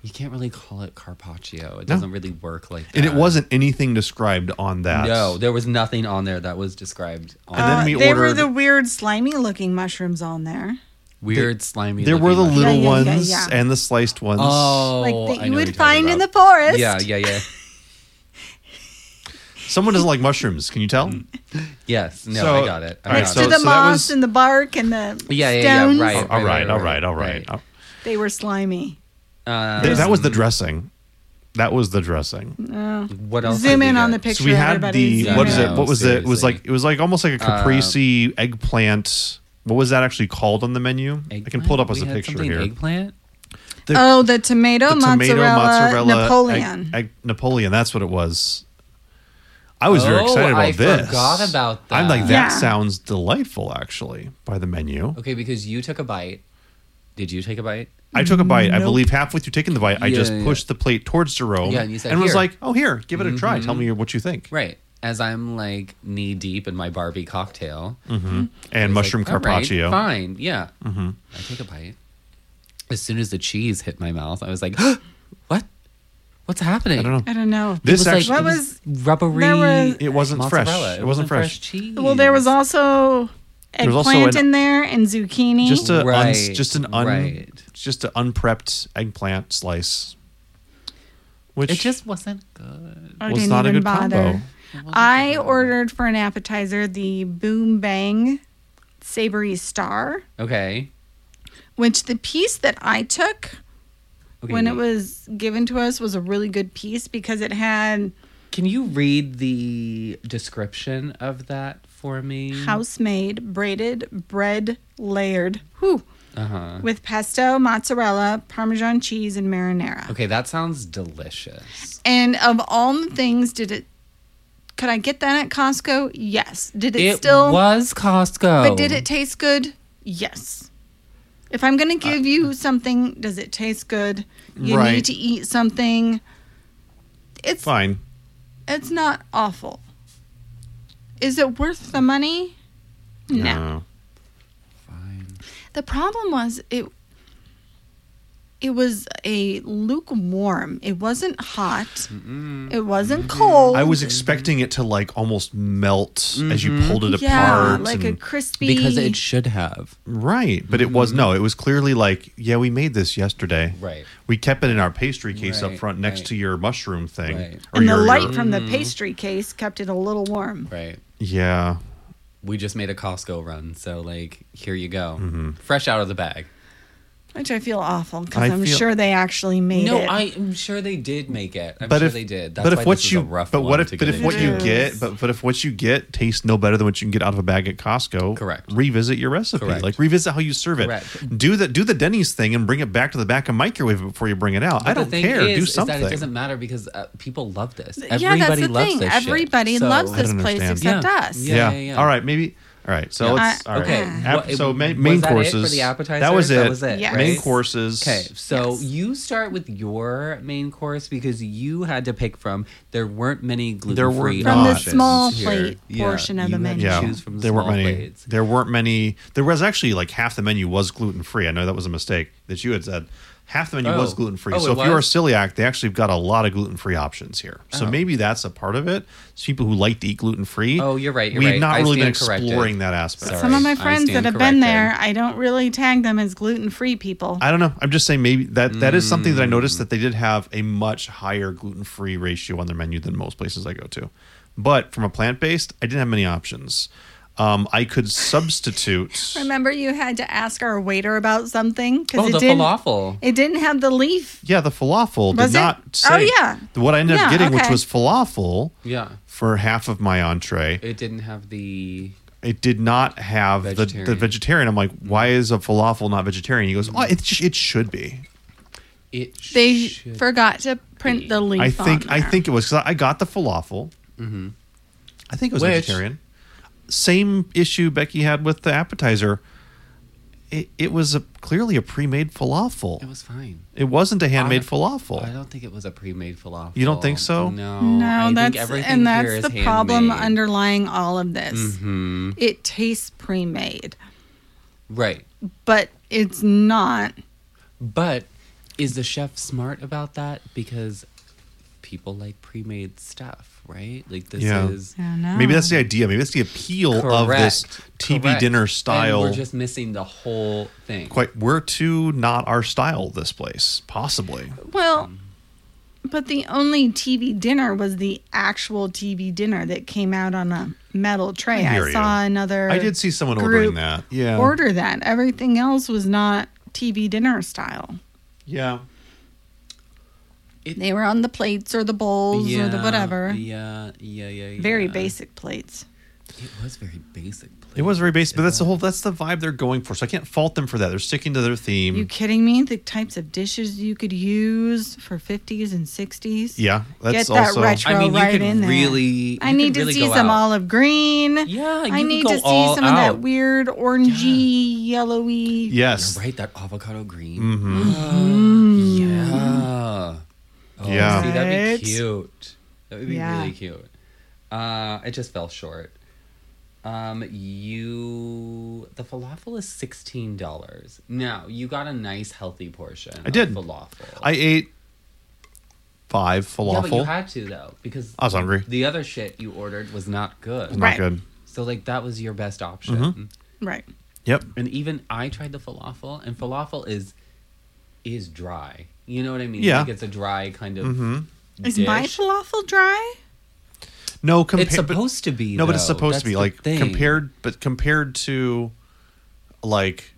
S3: you can't really call it carpaccio. It doesn't really work like that.
S1: and it wasn't anything described on that.
S3: No, there was nothing on there that was described. On
S1: And then
S2: Uh,
S1: we
S2: they were
S1: ordered-
S2: the weird slimy looking mushrooms on there.
S3: weird slimy.
S1: there were the
S3: looking
S1: little
S2: Yeah, yeah, yeah,
S1: ones
S2: yeah.
S1: and the sliced ones.
S3: Oh,
S2: like that
S3: I
S2: you would
S3: know what you're talking
S2: find in the
S3: about.
S2: forest.
S3: Yeah, yeah, yeah.
S1: Someone doesn't like mushrooms. Can you tell?
S3: Mm. Yes. No,
S1: So-
S3: I got it. I
S1: all right,
S2: Next
S3: got
S1: so-
S2: to the
S1: so that
S2: moss
S1: was-
S2: and the bark and the
S3: Yeah, yeah, yeah,
S2: stones.
S3: right.
S1: all right, all right, all right.
S3: right.
S2: They were slimy.
S3: it. Uh,
S1: Th- that was the dressing. That was the dressing.
S3: what else?
S2: Zoom
S3: did we
S2: in on
S3: get?
S2: the picture.
S1: so we had
S2: everybody.
S1: the
S2: Zoom
S1: what is
S2: in.
S1: it? What was it? It was
S3: seriously.
S1: like it was like almost like a
S3: Uh,
S1: caprese eggplant. What was that actually called on the menu? I can pull it up as
S3: We
S1: a
S3: had
S1: picture
S3: something
S1: here.
S3: Eggplant.
S2: Oh, the tomato,
S1: the tomato
S2: mozzarella,
S1: mozzarella egg-
S2: Napoleon.
S1: egg, Napoleon. That's what it was. I was very
S3: Oh,
S1: excited about
S3: I
S1: this.
S3: forgot about
S1: I'm like
S3: that.
S1: that
S2: Yeah.
S1: sounds delightful actually by the menu.
S3: Okay, because you took a bite. Did you take a bite?
S1: I took a bite. I believe halfway through taking the bite, I
S3: Yeah,
S1: just
S3: yeah.
S1: pushed the plate towards Jerome
S3: Yeah, and you said,
S1: was
S3: "Here." Mm-hmm.
S1: like, "Oh, here, give it a try. Tell me what you think."
S3: Right. As I'm like knee deep in my Barbie cocktail.
S1: Mm-hmm. And
S3: It's
S1: mushroom
S3: like, all right,
S1: carpaccio. Mm-hmm.
S3: fine. Yeah. I take a bite. As soon as the cheese hit my mouth, I was like, what? What's happening?
S1: I don't know.
S2: I don't know.
S1: This
S3: It was
S1: actually
S3: like,
S2: What
S3: it was rubbery.
S2: there was-
S1: It wasn't fresh.
S3: mozzarella.
S1: It wasn't fresh.
S3: cheese.
S2: well, there was also
S1: was
S2: eggplant
S1: also an-
S2: in there and zucchini.
S1: just a
S3: Right,
S1: uns- just an un
S3: right.
S1: just an unprepped eggplant slice. Which
S3: It just wasn't good.
S2: I
S1: was
S2: didn't
S1: not a
S2: even
S1: good combo.
S2: bother. I ordered for an appetizer the Boom Bang Savory Star,
S3: Okay.
S2: which the piece that I took
S3: Okay.
S2: when it
S3: wait.
S2: was given to us was a really good piece because it had
S3: Can you read the description of that for me?
S2: house made braided bread layered whew,
S3: Uh huh.
S2: with pesto, mozzarella, parmesan cheese, and marinara.
S3: Okay, that sounds delicious.
S2: And of all the things, did it? Could I get that at Costco? Yes. Did it, still?
S3: was Costco.
S2: But did it taste good? Yes. If I'm going to give you something, does it taste good? You
S1: Uh, Right.
S2: need to eat something. It's
S1: fine.
S2: it's not awful. Is it worth the money? No.
S1: No.
S3: Fine.
S2: The problem was it it was a lukewarm. It wasn't hot. It wasn't cold.
S1: I was expecting it to like almost melt as you
S3: Mm-hmm.
S1: pulled it
S2: yeah,
S1: apart.
S2: like a
S1: and-
S2: crispy
S3: Because it should have.
S1: right. But it was no, it was clearly like, yeah, we made this yesterday.
S3: Mm-hmm. Right.
S1: We kept it in our pastry case up
S3: Right,
S1: front next
S3: right.
S1: to your mushroom thing.
S3: Right.
S1: Or
S2: and the
S1: your-
S2: light
S1: your-
S2: from the pastry case kept it a little warm.
S3: Right.
S1: yeah.
S3: We just made a Costco run, so like here you go,
S1: Mm-hmm.
S3: fresh out of the bag.
S2: Which I feel awful
S1: I
S2: because I'm
S1: feel-
S2: sure they actually made
S3: No,
S2: it.
S3: I am sure they did make it. I'm
S1: but
S3: sure
S1: if
S3: they did. That's
S1: but
S3: why
S1: if what
S3: this is
S1: you
S3: a rough
S1: but what
S3: one
S1: if
S3: to
S1: but
S3: get
S1: if what
S3: into.
S1: you get but but if what you get tastes no better than what you can get out of a bag at Costco,
S3: Correct.
S1: Revisit your recipe,
S3: Correct.
S1: like revisit how you serve it.
S3: Correct.
S1: Do the do the Denny's thing and bring it back to the back and microwave it before you bring it out. I
S3: But
S1: don't
S3: the thing
S1: care.
S3: Is,
S1: do
S3: Is
S1: something.
S3: that it doesn't matter because uh, people love this.
S2: Yeah, that's
S3: Everybody
S2: the
S3: loves
S2: thing.
S3: this. shit.
S2: Everybody
S3: So-
S2: loves this
S1: I don't
S2: place
S1: understand.
S2: except
S3: Yeah.
S2: us.
S3: Yeah.
S1: All right, maybe. All right, so
S3: Yeah.
S1: let's
S2: Uh,
S1: all right.
S3: okay.
S1: Ap-
S3: What-
S1: so ma-
S3: was
S1: main
S3: that it for
S1: courses.
S3: the appetizer?
S1: That was it.
S3: That was it,
S2: Yes.
S1: Main
S2: right?
S1: courses.
S3: Okay, so
S2: Yes.
S3: you start with your main course because you had to pick from. There weren't many gluten
S1: There were
S3: free
S1: From the
S2: small plate portion of the menu.
S1: Yeah,
S3: Choose from the
S1: there
S3: small
S1: weren't many.
S3: plates.
S1: There weren't many. There was actually like half the menu was gluten free. I know that was a mistake that you had said. Half the menu was
S3: Oh.
S1: gluten free.
S3: Oh,
S1: so
S3: it
S1: if you are
S3: was?
S1: celiac, they actually have got a lot of gluten free options here. So
S3: Oh.
S1: maybe that's a part of it. It's people who like to eat gluten free.
S3: Oh, you're right, you're
S1: We've
S3: right.
S1: not
S3: I
S1: really been
S3: stand corrected.
S1: exploring that aspect.
S3: Sorry.
S2: Some of my
S3: I
S2: friends that
S3: stand
S2: have been
S3: corrected.
S2: there, I don't really tag them as gluten free people.
S1: I don't know. I'm just saying maybe that that is something that I
S3: Mm.
S1: noticed that they did have a much higher gluten free ratio on their menu than most places I go to. But from a plant based, I didn't have many options. Um, I could substitute.
S2: Remember, you had to ask our waiter about something because
S3: Oh,
S2: it
S3: the
S2: didn't.
S3: falafel.
S2: It didn't have the leaf.
S1: Yeah, the falafel
S2: Was
S1: did
S2: it?
S1: not. Say,
S2: Oh, yeah.
S1: What I ended up
S2: Yeah,
S1: getting, which
S2: okay.
S1: was falafel,
S3: Yeah.
S1: for half of my entree,
S3: It didn't have the.
S1: it did not have The, the
S3: Vegetarian. Mm-hmm.
S1: vegetarian. I'm like, why is a falafel not vegetarian? He goes, oh, it sh- it should be.
S3: It
S2: They
S3: should-
S2: forgot to print the leaf.
S1: I think
S2: on
S1: I
S2: there.
S1: think it was because I got the falafel. I think it was
S3: Mm-hmm. Which-
S1: vegetarian. Same issue Becky had with the appetizer. It, it was a, clearly a pre-made falafel.
S3: It was fine.
S1: It wasn't a handmade
S3: I-
S1: falafel.
S3: I don't think it was a pre-made falafel.
S1: You don't Oh, think so?
S3: No.
S2: No,
S3: I
S2: that's
S3: think everything
S2: and that's
S3: here is
S2: the problem
S3: handmade.
S2: underlying all of this.
S1: Mm-hmm.
S2: It tastes pre-made,
S3: Right,
S2: but it's not.
S3: but is the chef smart about that? Because people like pre-made stuff, right? Like this
S1: Yeah.
S3: is.
S2: I don't know.
S1: Maybe that's the idea. Maybe that's the appeal of this
S3: Correct.
S1: TV
S3: Correct.
S1: dinner
S3: And
S1: style.
S3: we're just missing the whole thing.
S1: Quite, we're too not our style. This place, possibly.
S2: Well, but the only TV dinner was the actual TV dinner that came out on a metal tray.
S1: I
S2: I,
S1: hear you.
S2: saw another.
S1: I did see someone ordering
S2: group
S1: that. Yeah.
S2: Order that. Everything else was not TV dinner style.
S1: yeah.
S2: They were on the plates or the bowls or the whatever.
S3: Yeah, yeah, yeah, yeah.
S2: Very basic plates.
S3: It was very basic.
S1: It was very basic, but that's the whole. That's the vibe they're going for. So I can't fault them for that. They're sticking to their theme.
S2: You kidding me? The types of dishes you could use for 50s and 60s.
S1: yeah, that's
S2: Get that
S1: also.
S2: retro
S3: I mean, you
S2: right
S3: could
S2: in there.
S3: really. you
S2: I
S3: could
S2: need to
S3: really
S2: see
S3: go
S2: some
S3: out.
S2: olive green.
S3: Yeah, you
S2: I
S3: could
S2: need
S3: go
S2: to see
S3: all
S2: some of that
S3: out.
S2: weird orangey, yellowy.
S1: yes. Mm-hmm.
S3: You're right, that avocado green. yeah. Oh,
S1: Yeah.
S3: See, that'd
S2: Right?
S3: be cute. That would be
S2: Yeah.
S3: really cute. Uh, it just fell short. Um, you the falafel is sixteen dollars. No, you got a nice healthy portion.
S1: I did.
S3: of falafel.
S1: I ate five
S3: Yeah, but you
S1: falafel.
S3: had to though because
S1: I was hungry.
S3: the other shit you ordered was not good.
S1: Not
S2: Right.
S1: good.
S3: So like that was your best option.
S1: Mm-hmm.
S2: Right.
S1: Yep.
S3: and even I tried the falafel, and falafel is is dry. You know what I mean?
S1: Yeah. Mm-hmm.
S3: Like it's a dry kind of
S2: Is my
S3: dish.
S2: falafel dry?
S1: No, compa-
S3: It's
S1: but-
S3: supposed to be.
S1: No, but it's
S3: though.
S1: supposed
S3: That's
S1: to be
S3: the
S1: like
S3: thing.
S1: compared, but compared to like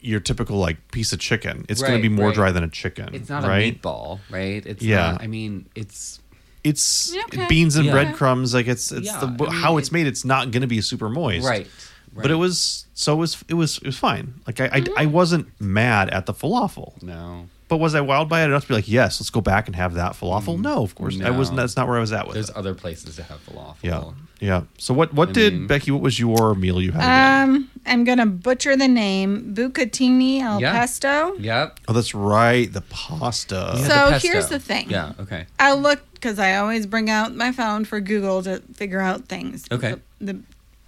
S1: your typical like piece of chicken, it's going
S3: Right,
S1: to be more
S3: right.
S1: dry than a chicken.
S3: It's not
S1: right.
S3: a meatball, right? It's
S1: Yeah.
S3: Not, I mean, it's
S1: It's
S2: Okay.
S1: beans and
S3: Yeah.
S1: breadcrumbs. Like it's it's
S3: Yeah,
S1: the
S3: I mean,
S1: how it's
S3: it-
S1: made. It's not going to be super moist.
S3: right.
S1: But it
S3: right.
S1: was so it was it was it was fine. Like I I,
S2: Mm-hmm.
S1: I wasn't mad at the falafel,
S3: no.
S1: but was I wild by it enough to be like, yes, let's go back and have that falafel? No, of course I
S3: Mm, no.
S1: wasn't. That's not where I was at with
S3: There's
S1: it.
S3: other places to have falafel.
S1: Yeah, yeah. So what what did
S3: mean-
S1: Becky? What was your meal you had? again?
S2: Um, I'm gonna butcher the name bucatini al
S3: Yeah.
S2: pesto.
S3: Yep.
S1: Oh, that's right. The pasta.
S2: So
S3: Yeah, pesto.
S2: here's the thing.
S3: Yeah. Okay.
S2: I looked because I always bring out my phone for Google to figure out things.
S3: Okay.
S2: The, the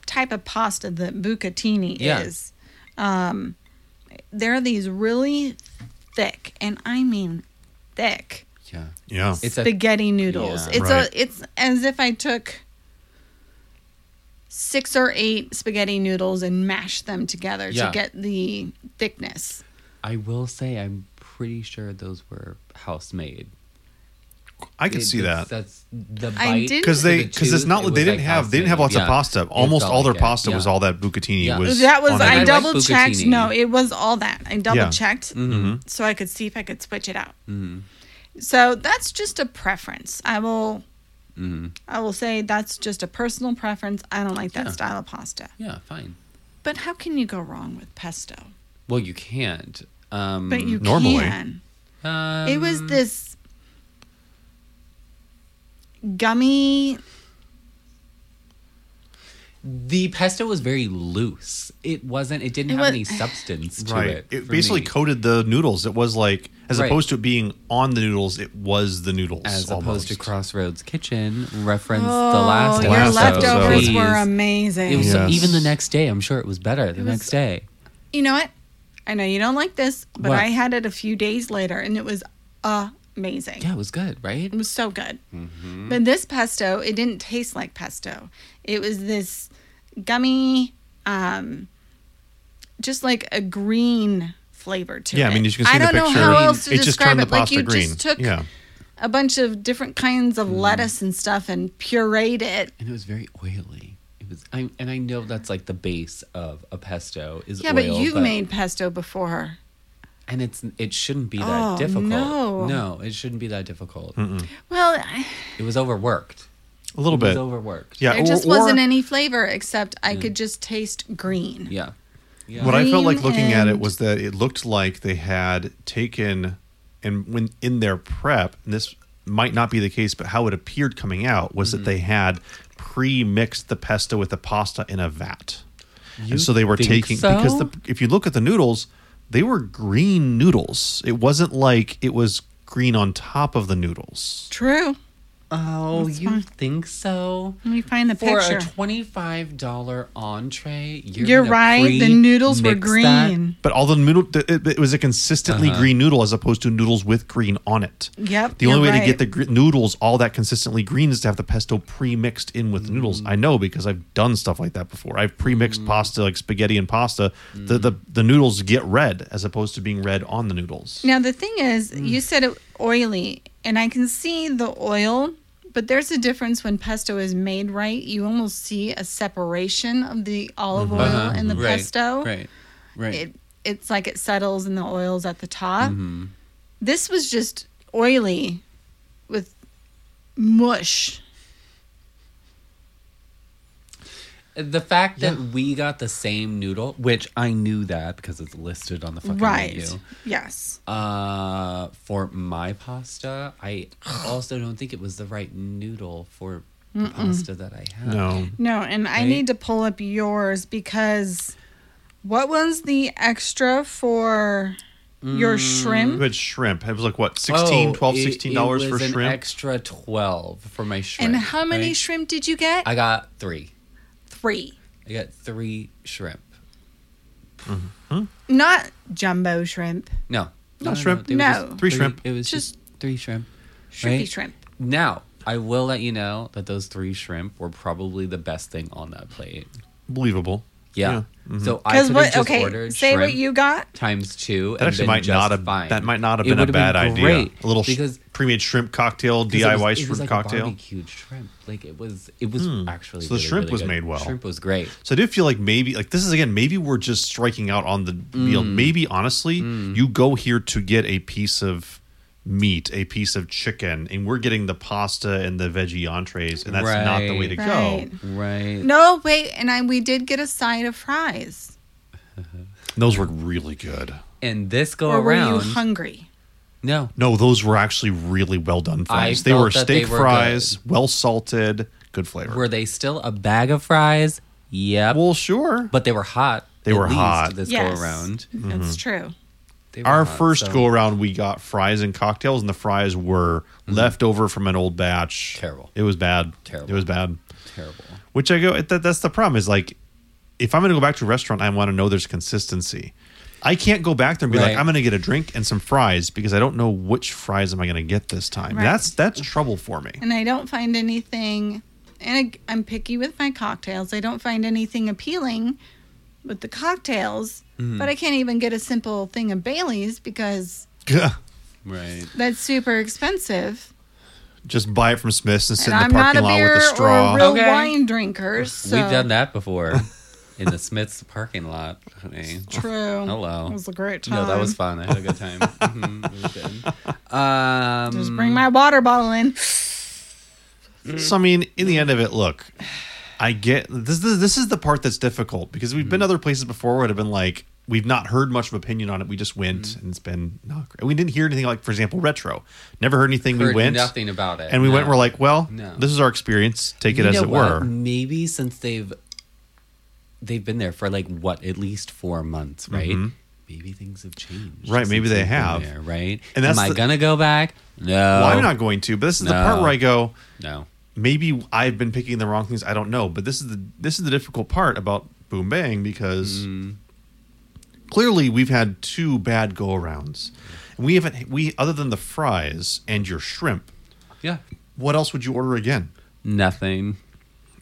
S2: type of pasta that bucatini
S3: Yeah.
S2: is. Um, they're these really thick, and I mean thick
S3: Yeah.
S1: yeah.
S3: It's a
S2: spaghetti noodles.
S3: Yeah.
S2: It's
S1: Right.
S2: a it's as if I took six or eight spaghetti noodles and mashed them together
S3: Yeah.
S2: to get the thickness.
S3: I will say I'm pretty sure those were house made.
S1: I could see that
S3: That's the
S2: I
S3: bite.
S2: didn't-
S1: because they
S3: to the
S1: because it's
S3: tooth,
S1: not
S3: it was,
S1: they didn't
S3: like,
S1: have they didn't have
S3: house-made.
S1: lots of pasta.
S3: Yeah. It
S1: Almost
S3: felt
S1: all their
S3: like it,
S1: pasta was
S3: yeah.
S1: all that bucatini
S3: Yeah.
S1: was.
S2: that was
S1: on
S2: I
S1: it.
S3: like
S2: double checked.
S3: bucatini.
S2: No, it was all that. I double checked
S3: Mm-hmm.
S2: so I could see if I could switch it out. So that's just a preference. I will
S3: Mm-hmm.
S2: I will say that's just a personal preference. I don't like that
S3: Yeah.
S2: style of pasta.
S3: Yeah, fine.
S2: But how can you go wrong with pesto?
S3: Well, you can't. Um,
S2: But you
S1: Normally.
S2: can.
S3: um,
S2: It was this gummy.
S3: the pesto was very loose. It wasn't. It didn't
S2: It
S3: have
S2: was-
S3: any substance to
S1: Right.
S3: it.
S1: It,
S3: for
S1: basically
S3: me.
S1: coated the noodles. It was like as
S3: Right.
S1: opposed to it being on the noodles, it was the noodles.
S3: as
S1: almost.
S3: opposed to Crossroads Kitchen, reference the
S2: Oh,
S3: last
S2: your
S1: last
S3: episode,
S1: episode.
S2: leftovers
S3: please.
S2: were amazing.
S3: It was
S1: Yes.
S3: even the next day. I'm sure it was better the
S2: was-
S3: next day.
S2: you know what? I know you don't like this, but
S3: What?
S2: I had it a few days later, and it was amazing.
S3: Yeah, it was good, right?
S2: It was so good.
S1: Mm-hmm.
S2: But this pesto, it didn't taste like pesto. It was this gummy, um, just like a green flavor to it.
S1: Yeah, I mean, as you can see
S2: I
S1: the
S2: don't know
S1: picture,
S2: how else to
S1: it just
S2: describe
S1: turned the
S2: it. Like
S1: pasta
S2: you
S1: green.
S2: just took
S1: Yeah. Mm-hmm.
S2: a bunch of different kinds of lettuce and stuff and pureed it.
S3: And it was very oily. It was, I, and I know that's like the base of a pesto is
S2: Yeah,
S3: oil.
S2: but you've made pesto before.
S3: and it's it shouldn't be that
S2: Oh,
S3: difficult.
S2: no.
S3: no, it shouldn't be that difficult.
S2: Well, I,
S3: It was overworked.
S1: a little
S3: It was
S1: bit.
S3: overworked.
S1: Yeah,
S2: there
S1: or-
S2: just
S1: or- Mm.
S2: wasn't any flavor except I could just taste green.
S3: yeah, yeah.
S1: What I felt like
S2: Cream
S1: looking at it
S2: and-
S1: was that it looked like they had taken and when in their prep, and this might not be the case, but how it appeared coming out was
S3: Mm-hmm.
S1: that they had pre-mixed the pesto with the pasta in a vat. and so they were
S3: think
S1: taking because the
S3: so?
S1: if you look at the noodles, they were green noodles. It wasn't like it was green on top of the noodles.
S2: True.
S3: oh, you
S2: fine.
S3: think so?
S2: Let me find the
S3: For
S2: picture.
S3: a twenty-five dollar entree, you're,
S2: You're
S3: gonna
S2: right. The noodles were
S3: pre-mix that?
S2: green.
S1: But all the noodle, the- it, it was a consistently
S3: Uh-huh.
S1: green noodle as opposed to noodles with green on it.
S2: Yep,
S1: The only
S2: you're
S1: way to
S2: right.
S1: get the gr- noodles all that consistently green is to have the pesto pre-mixed in with noodles.
S3: Mm.
S1: I know because I've done stuff like that before. I've pre-mixed pasta like spaghetti and pasta. The,
S3: Mm.
S1: the the noodles get red as opposed to being red on the noodles.
S2: Now the thing is,
S3: Mm.
S2: you said it oily, and I can see the oil, but there's a difference when pesto is made right. You almost see a separation of the olive oil
S3: Uh-huh.
S2: and the
S3: Right,
S2: pesto.
S3: Right, right.
S2: It it's like it settles and the oil's at the top.
S3: Mm-hmm.
S2: This was just oily with mush.
S3: The fact that we got the same noodle, which I knew that because it's listed on the fucking
S2: right.
S3: menu.
S2: Yes.
S3: Uh, for my pasta, I also don't think it was the right noodle for the pasta that I had.
S1: No.
S2: No, and I
S3: Right?
S2: need to pull up yours because what was the extra for your
S3: Mm,
S2: shrimp?
S1: You had shrimp. It was like what 16
S3: Mm-hmm. Oh,
S1: 12
S3: it-
S1: 16 dollars
S3: it
S1: for
S3: was an
S1: shrimp.
S3: Extra twelve for my shrimp.
S2: And how many
S3: right?
S2: shrimp did you get?
S3: I got three.
S2: Three.
S3: I got three shrimp.
S2: Not jumbo shrimp.
S3: No,
S1: No shrimp.
S3: they were just
S2: No.
S1: Three shrimp.
S3: It was
S2: Just-
S3: just three shrimp.
S2: Shrimpy
S3: right?
S2: shrimp.
S3: Now, I will let you know that those three shrimp were probably the best thing on that plate.
S1: Believable.
S3: Yeah.
S1: Yeah.
S3: So I
S2: Because
S3: could have
S2: what?
S3: just
S2: Okay,
S3: ordered
S2: say
S3: shrimp
S2: what you got.
S3: times two.
S1: That
S3: and
S1: actually
S3: been
S1: might
S3: just
S1: not have.
S3: fine.
S1: That might not have
S3: It
S1: been a
S3: would've
S1: bad idea.
S3: great
S1: A little
S3: because
S1: sh- pre-made shrimp cocktail, DIY
S3: 'cause it was- it was
S1: shrimp
S3: like a
S1: cocktail. Hmm.
S3: barbecue shrimp. Like it was. It was actually.
S1: So the
S3: really,
S1: shrimp
S3: really
S1: was
S3: good.
S1: made well.
S3: Shrimp was great.
S1: So I do feel like maybe like this is again maybe we're just striking out on the meal.
S3: Mm.
S1: Maybe honestly, you go here to get a piece of meat, a piece of chicken, and we're getting the pasta and the veggie entrees, and that's not the way to
S3: Right.
S2: Right.
S1: go.
S3: Right.
S2: No, wait, and I we did get a side of fries.
S1: Those were really good.
S3: And this go
S2: or
S3: around.
S2: were you hungry?
S3: no.
S1: No, those were actually really well done fries. they
S3: felt
S1: were
S3: that
S1: steak
S3: they were
S1: fries, well salted, good flavor.
S3: Were they still a bag of fries? Yep.
S1: well, sure.
S3: but they were hot.
S1: They
S3: at
S1: were
S3: least,
S1: hot.
S3: This
S2: Yes.
S3: go around. Mm-hmm.
S2: That's true.
S3: They were
S1: Our
S3: hot,
S1: first
S3: so-
S1: go around, we got fries and cocktails, and the fries were left over from an old batch.
S3: Mm. Terrible.
S1: It was bad.
S3: Terrible.
S1: It was bad.
S3: Terrible.
S1: Which I go that that's the problem is like if I'm going to go back to a restaurant, I want to know there's consistency. I can't go back there and be like
S3: Right.
S1: I'm going to get a drink and some fries because I don't know which fries am I going to get this time.
S2: Right.
S1: That's that's trouble for me.
S2: And I don't find anything. And I, I'm picky with my cocktails. I don't find anything appealing with the cocktails.
S3: Mm-hmm.
S2: But I can't even get a simple thing of Bailey's because
S3: Right.
S2: that's super expensive.
S1: Just buy it from Smith's and sit
S2: And
S1: in
S2: I'm
S1: the
S2: not a
S1: parking lot
S2: beer
S1: with a straw.
S2: or a real
S3: Okay.
S2: wine drinker. So
S3: We've done that before in the Smiths parking lot. honey.
S2: True.
S3: Hello.
S2: It was a great time.
S3: No, that was fun. I had a good time. Mhm, it was good. Um,
S2: Just bring my water bottle in.
S1: So I mean, in the end of it, look, I get this. This, this is the part that's difficult because we've
S3: Mm.
S1: been other places before where it have been like we've not heard much of opinion on it. We just went
S3: Mm.
S1: and it's been not great. We didn't hear anything like, for example, retro. Never heard anything. we
S3: heard
S1: went
S3: nothing about it,
S1: and we went.
S3: no.
S1: We're like, well,
S3: No.
S1: this is our experience. Take it
S3: You
S1: as
S3: know
S1: it
S3: what?
S1: were.
S3: Maybe since they've they've been there for like what at least four months, right? Maybe things have changed.
S1: Mm-hmm. Right, maybe
S3: since
S1: they
S3: they've been
S1: have.
S3: there, right?
S1: And that's
S3: Am I
S1: the-
S3: gonna go back? No.
S1: Well, I'm not going to. But this is the part
S3: No.
S1: where I go.
S3: No.
S1: Maybe I've been picking the wrong things. I don't know. But this is the this is the difficult part about Boom Bang because.
S3: Mm.
S1: clearly we've had two bad go arounds. And we haven't we other than the fries and your shrimp,
S3: Yeah.
S1: what else would you order again?
S3: Nothing.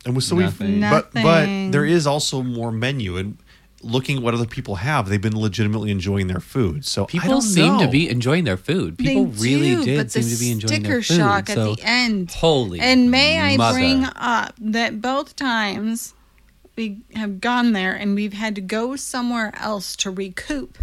S1: And we so we
S3: Nothing.
S1: but but
S2: Nothing.
S1: there is also more menu and looking at what other people have, they've been legitimately enjoying their food. So I
S3: People
S1: don't
S3: seem to
S1: know.
S3: be enjoying their food. People
S2: They
S3: really
S2: do,
S3: did
S2: but
S3: seem
S2: the
S3: to be enjoying
S2: sticker
S3: their food.
S2: shock
S3: so,
S2: at the end.
S3: Holy.
S2: And may
S3: mother.
S2: I bring up that both times we have gone there and we've had to go somewhere else to recoup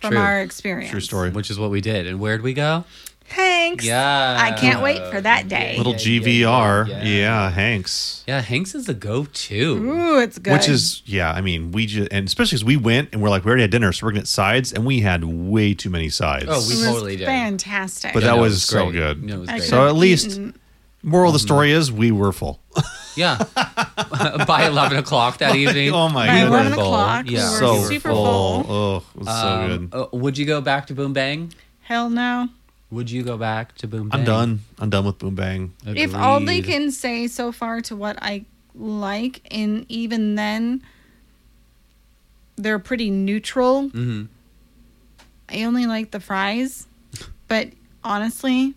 S2: from
S3: True.
S2: our experience.
S1: true story.
S3: which is what we did. And where'd we go?
S2: Hanks.
S3: Yeah.
S2: I can't wait for that day.
S1: Little
S3: E, yeah,
S1: GVR.
S3: yeah,
S1: Yeah,
S3: yeah.
S1: Hanks.
S3: Yeah, Hanks is a go-to.
S2: Ooh, it's good.
S1: Which is yeah, I mean, we just and especially as we went and we're like we already had dinner, so we're gonna get sides and we had way too many sides.
S3: Oh, we
S2: It was
S3: totally did.
S2: fantastic.
S1: But
S3: Yeah,
S1: that
S3: no, it
S1: was
S3: was
S1: so
S3: great.
S1: good.
S3: No, it was
S2: Mm-hmm. I
S3: great. Mm-hmm.
S1: so
S2: could've
S1: at least
S2: eaten.
S1: moral of the story is we were full.
S3: Yeah. By 11 o'clock that evening.
S1: oh my
S2: by
S1: goodness.
S2: eleven
S3: full.
S2: o'clock, we
S3: Yeah.
S2: were
S1: so
S2: super
S1: full.
S2: full.
S1: Oh, it was so
S3: Um,
S1: good.
S3: uh, would you go back to Boom Bang?
S2: Hell no.
S3: Would you go back to Boom Bang?
S1: I'm done. I'm done with Boom Bang.
S2: If all they
S3: Agreed.
S2: can say so far to what I like, and even then, they're pretty neutral.
S1: Mm-hmm.
S2: I only like the fries, but honestly,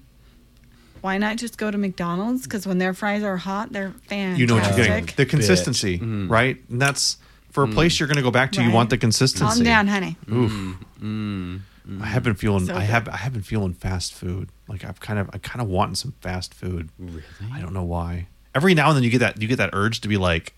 S2: why not just go to McDonald's? Because when their fries are hot, they're fantastic.
S1: You know what you're getting.
S3: Fantastic.
S1: The consistency,
S3: Mm-hmm.
S1: right? And that's for a place you're going to go back to. You want the
S2: Right.
S1: consistency.
S2: Calm down, honey.
S1: Oof.
S3: Mm,
S1: I have been feeling.
S2: So
S1: I have. I have been feeling fast food. Like I've kind of. I kind of wanting some fast food. Really? I don't know why. Every now and then you get that. You get that urge to be like.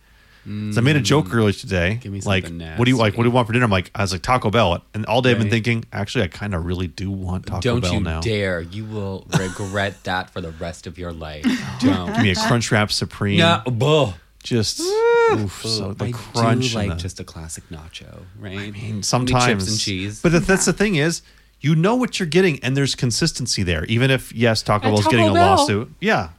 S1: So I made a joke earlier today.
S3: Mm. Give me
S1: like,
S3: something
S1: what do you like?
S3: nasty.
S1: What do you want for dinner? I'm like, I was like Taco Bell, and all day I've been
S3: Right.
S1: thinking. Actually, I kind of really do want Taco
S3: Don't
S1: Bell
S3: you
S1: now.
S3: dare. You will regret that for the rest of your life. Don't.
S1: Give me a Crunchwrap Supreme.
S3: No, buh.
S1: just oof, so the
S3: I
S1: crunch
S3: do
S1: and
S3: like
S1: the-
S3: just a classic nacho, right? I
S1: I mean, Mm, sometimes
S3: chips and cheese.
S1: But the, that's the thing is, you know what you're getting, and there's consistency there. Even if yes, Taco
S3: At
S1: Bell's
S3: Taco
S1: getting a
S3: Bell.
S1: lawsuit, yeah,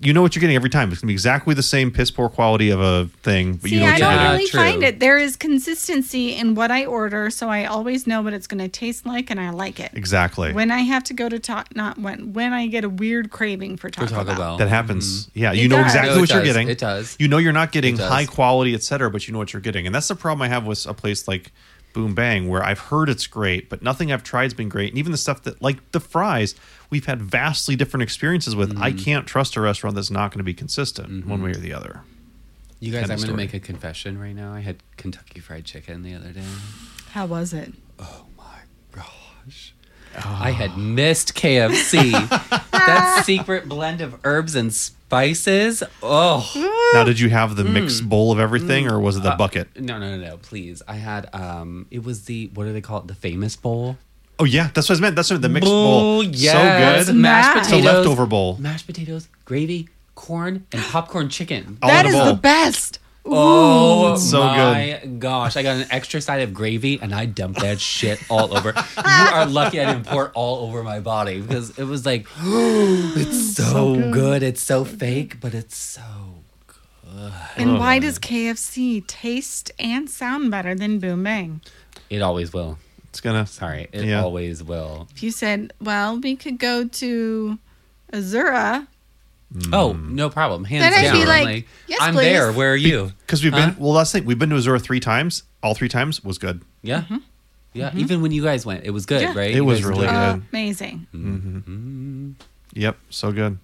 S1: you know what you're getting every time. It's gonna be exactly the same piss poor quality of a thing, but
S2: See,
S1: you know
S2: I
S1: what you're
S2: don't
S3: Yeah,
S1: getting.
S2: really
S3: true.
S2: find it. There is consistency in what I order, so I always know what it's going to taste like, and I like it.
S1: Exactly.
S2: When I have to go to Taco, not when when I get a weird craving for Taco,
S3: Taco Bell.
S1: that happens. Yeah, you
S2: Mm-hmm. It
S1: know
S2: does.
S1: exactly
S2: No,
S3: Oh. it
S1: what you're
S3: does.
S1: getting.
S3: It does.
S1: You know you're not getting
S3: It does.
S1: high quality, et cetera, but you know what you're getting. And that's the problem I have with a place like Boom Bang, where I've heard it's great, but nothing I've tried's been great. And even the stuff that, like the fries, we've had
S3: Mm-hmm.
S1: vastly different experiences with. I can't trust a restaurant that's not going to be consistent one way or the other.
S3: You guys,
S1: End
S3: I'm
S1: of
S3: going to
S1: story.
S3: make a confession right now. I had Kentucky Fried Chicken the other day.
S2: How was it?
S3: Oh my gosh. I had missed KFC. that secret blend of herbs and spices. Oh.
S1: Now, did you have the
S2: Mm.
S1: mixed bowl of everything, or
S3: Mm.
S1: was it the
S3: Uh,
S1: bucket?
S3: No, no, no, no, please. I had um it was the what do they call it? The famous bowl.
S1: Oh yeah, that's what I meant. That's what the mixed
S3: Oh
S1: bowl.
S3: yes.
S1: So good.
S2: Nice.
S3: Mashed
S2: It's a
S3: potatoes.
S1: leftover bowl.
S3: Mashed potatoes, gravy, corn, and popcorn chicken.
S1: All
S2: that
S1: in a
S2: is
S1: bowl.
S2: the best.
S3: Oh
S1: so
S3: my gosh! I got an extra side of gravy, and I dumped that shit all over. you are lucky I didn't pour it all over my body because it was like, it's so, good. It's so fake, but it's so.
S2: And why does KFC taste and sound better than Boom Bang?
S3: It always will.
S1: It's gonna.
S3: Sorry, it
S1: Yeah.
S3: always will.
S2: If you said, well, we could go to Azura,
S1: Mm.
S3: Oh, no problem. Hands
S2: Then I'd
S3: down.
S2: be
S3: I'm
S2: like,
S3: like,
S2: "Yes,
S3: I'm
S2: please."
S3: there. Where are you?
S1: Because we've been well, last thing we've been to Azura three times. All three times was good.
S3: Yeah, yeah. Even when you guys went, it was good,
S2: Mm-hmm. Yeah.
S3: right?
S1: It
S3: You
S1: was
S3: guys
S1: really
S3: enjoyed it?
S1: Yeah.
S2: amazing.
S1: Yep, so good.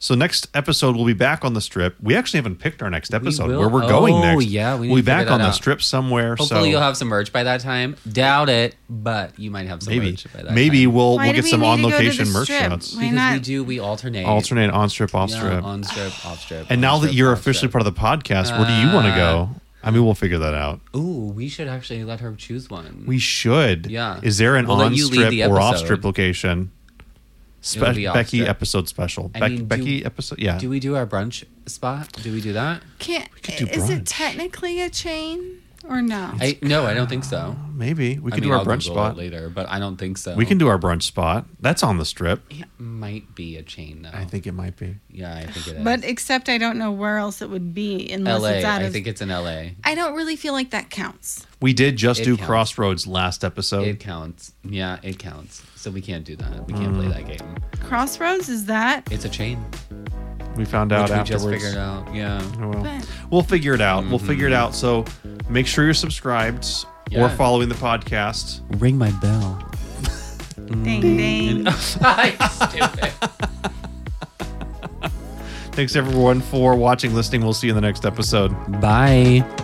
S1: So next episode we'll be back on the strip. We actually haven't picked our next episode
S3: will-
S1: where we're
S3: oh,
S1: going next.
S3: yeah, we need
S1: will be
S3: to figure
S1: back on
S3: that
S1: the
S3: out.
S1: strip somewhere.
S3: Hopefully,
S1: so
S3: you'll have some merch by that time. Doubt it, but you might have some
S1: maybe
S3: merch by that
S1: maybe
S3: time.
S1: we'll
S2: Why
S1: we'll
S2: do
S1: get
S2: we
S1: some
S2: need to
S1: on
S2: go to
S1: location
S2: the
S1: merch
S2: strip?
S1: shots.
S2: Why
S3: because
S2: not?
S3: we do we alternate
S1: Alternate on strip, off
S3: Yeah,
S1: strip.
S3: on strip off strip
S1: and now that you're officially part of the podcast, where do you want to
S3: Uh,
S1: go? I mean, we'll figure that out.
S3: of ooh we should actually let her choose one
S1: We should.
S3: Yeah.
S1: Is there an
S3: We'll let
S1: on
S3: you lead
S1: strip
S3: the
S1: or off
S3: episode.
S1: strip location? Spe-
S3: It'll be off
S1: Becky
S3: strip.
S1: episode special.
S3: I
S1: Bec-
S3: mean, do-
S1: Becky episode. Yeah.
S3: do we do our brunch spot do we do that
S2: Can't,
S1: could do
S2: is it
S1: brunch.
S2: technically a chain or no?
S3: I no I don't think so
S1: Maybe we
S3: I
S1: can
S3: mean,
S1: do our
S3: I'll
S1: brunch
S3: Google
S1: spot.
S3: it later but I don't think so
S1: We can do our brunch spot. That's on the strip.
S3: it might be a chain though
S1: I think it might be.
S3: yeah I think it is
S2: but except I don't know where else it would be unless
S3: L A
S2: it's out
S3: I
S2: of.
S3: think it's in L A
S2: I don't really feel like that counts.
S1: We did just
S3: It
S1: do
S3: counts.
S1: Crossroads last episode.
S3: it counts yeah it counts so we can't do that we
S1: Hmm.
S3: can't play that game
S2: Crossroads is that?
S3: it's a chain
S1: we found out
S3: which we
S1: afterwards.
S3: just figured out yeah
S1: Oh, well.
S2: But-
S1: We'll figure it out. We'll figure it out. So make sure you're subscribed or
S3: Yeah.
S1: following the podcast.
S3: ring my bell
S2: Ding ding.
S3: stupid
S1: Thanks everyone for watching, listening. We'll see you in the next episode.
S3: bye.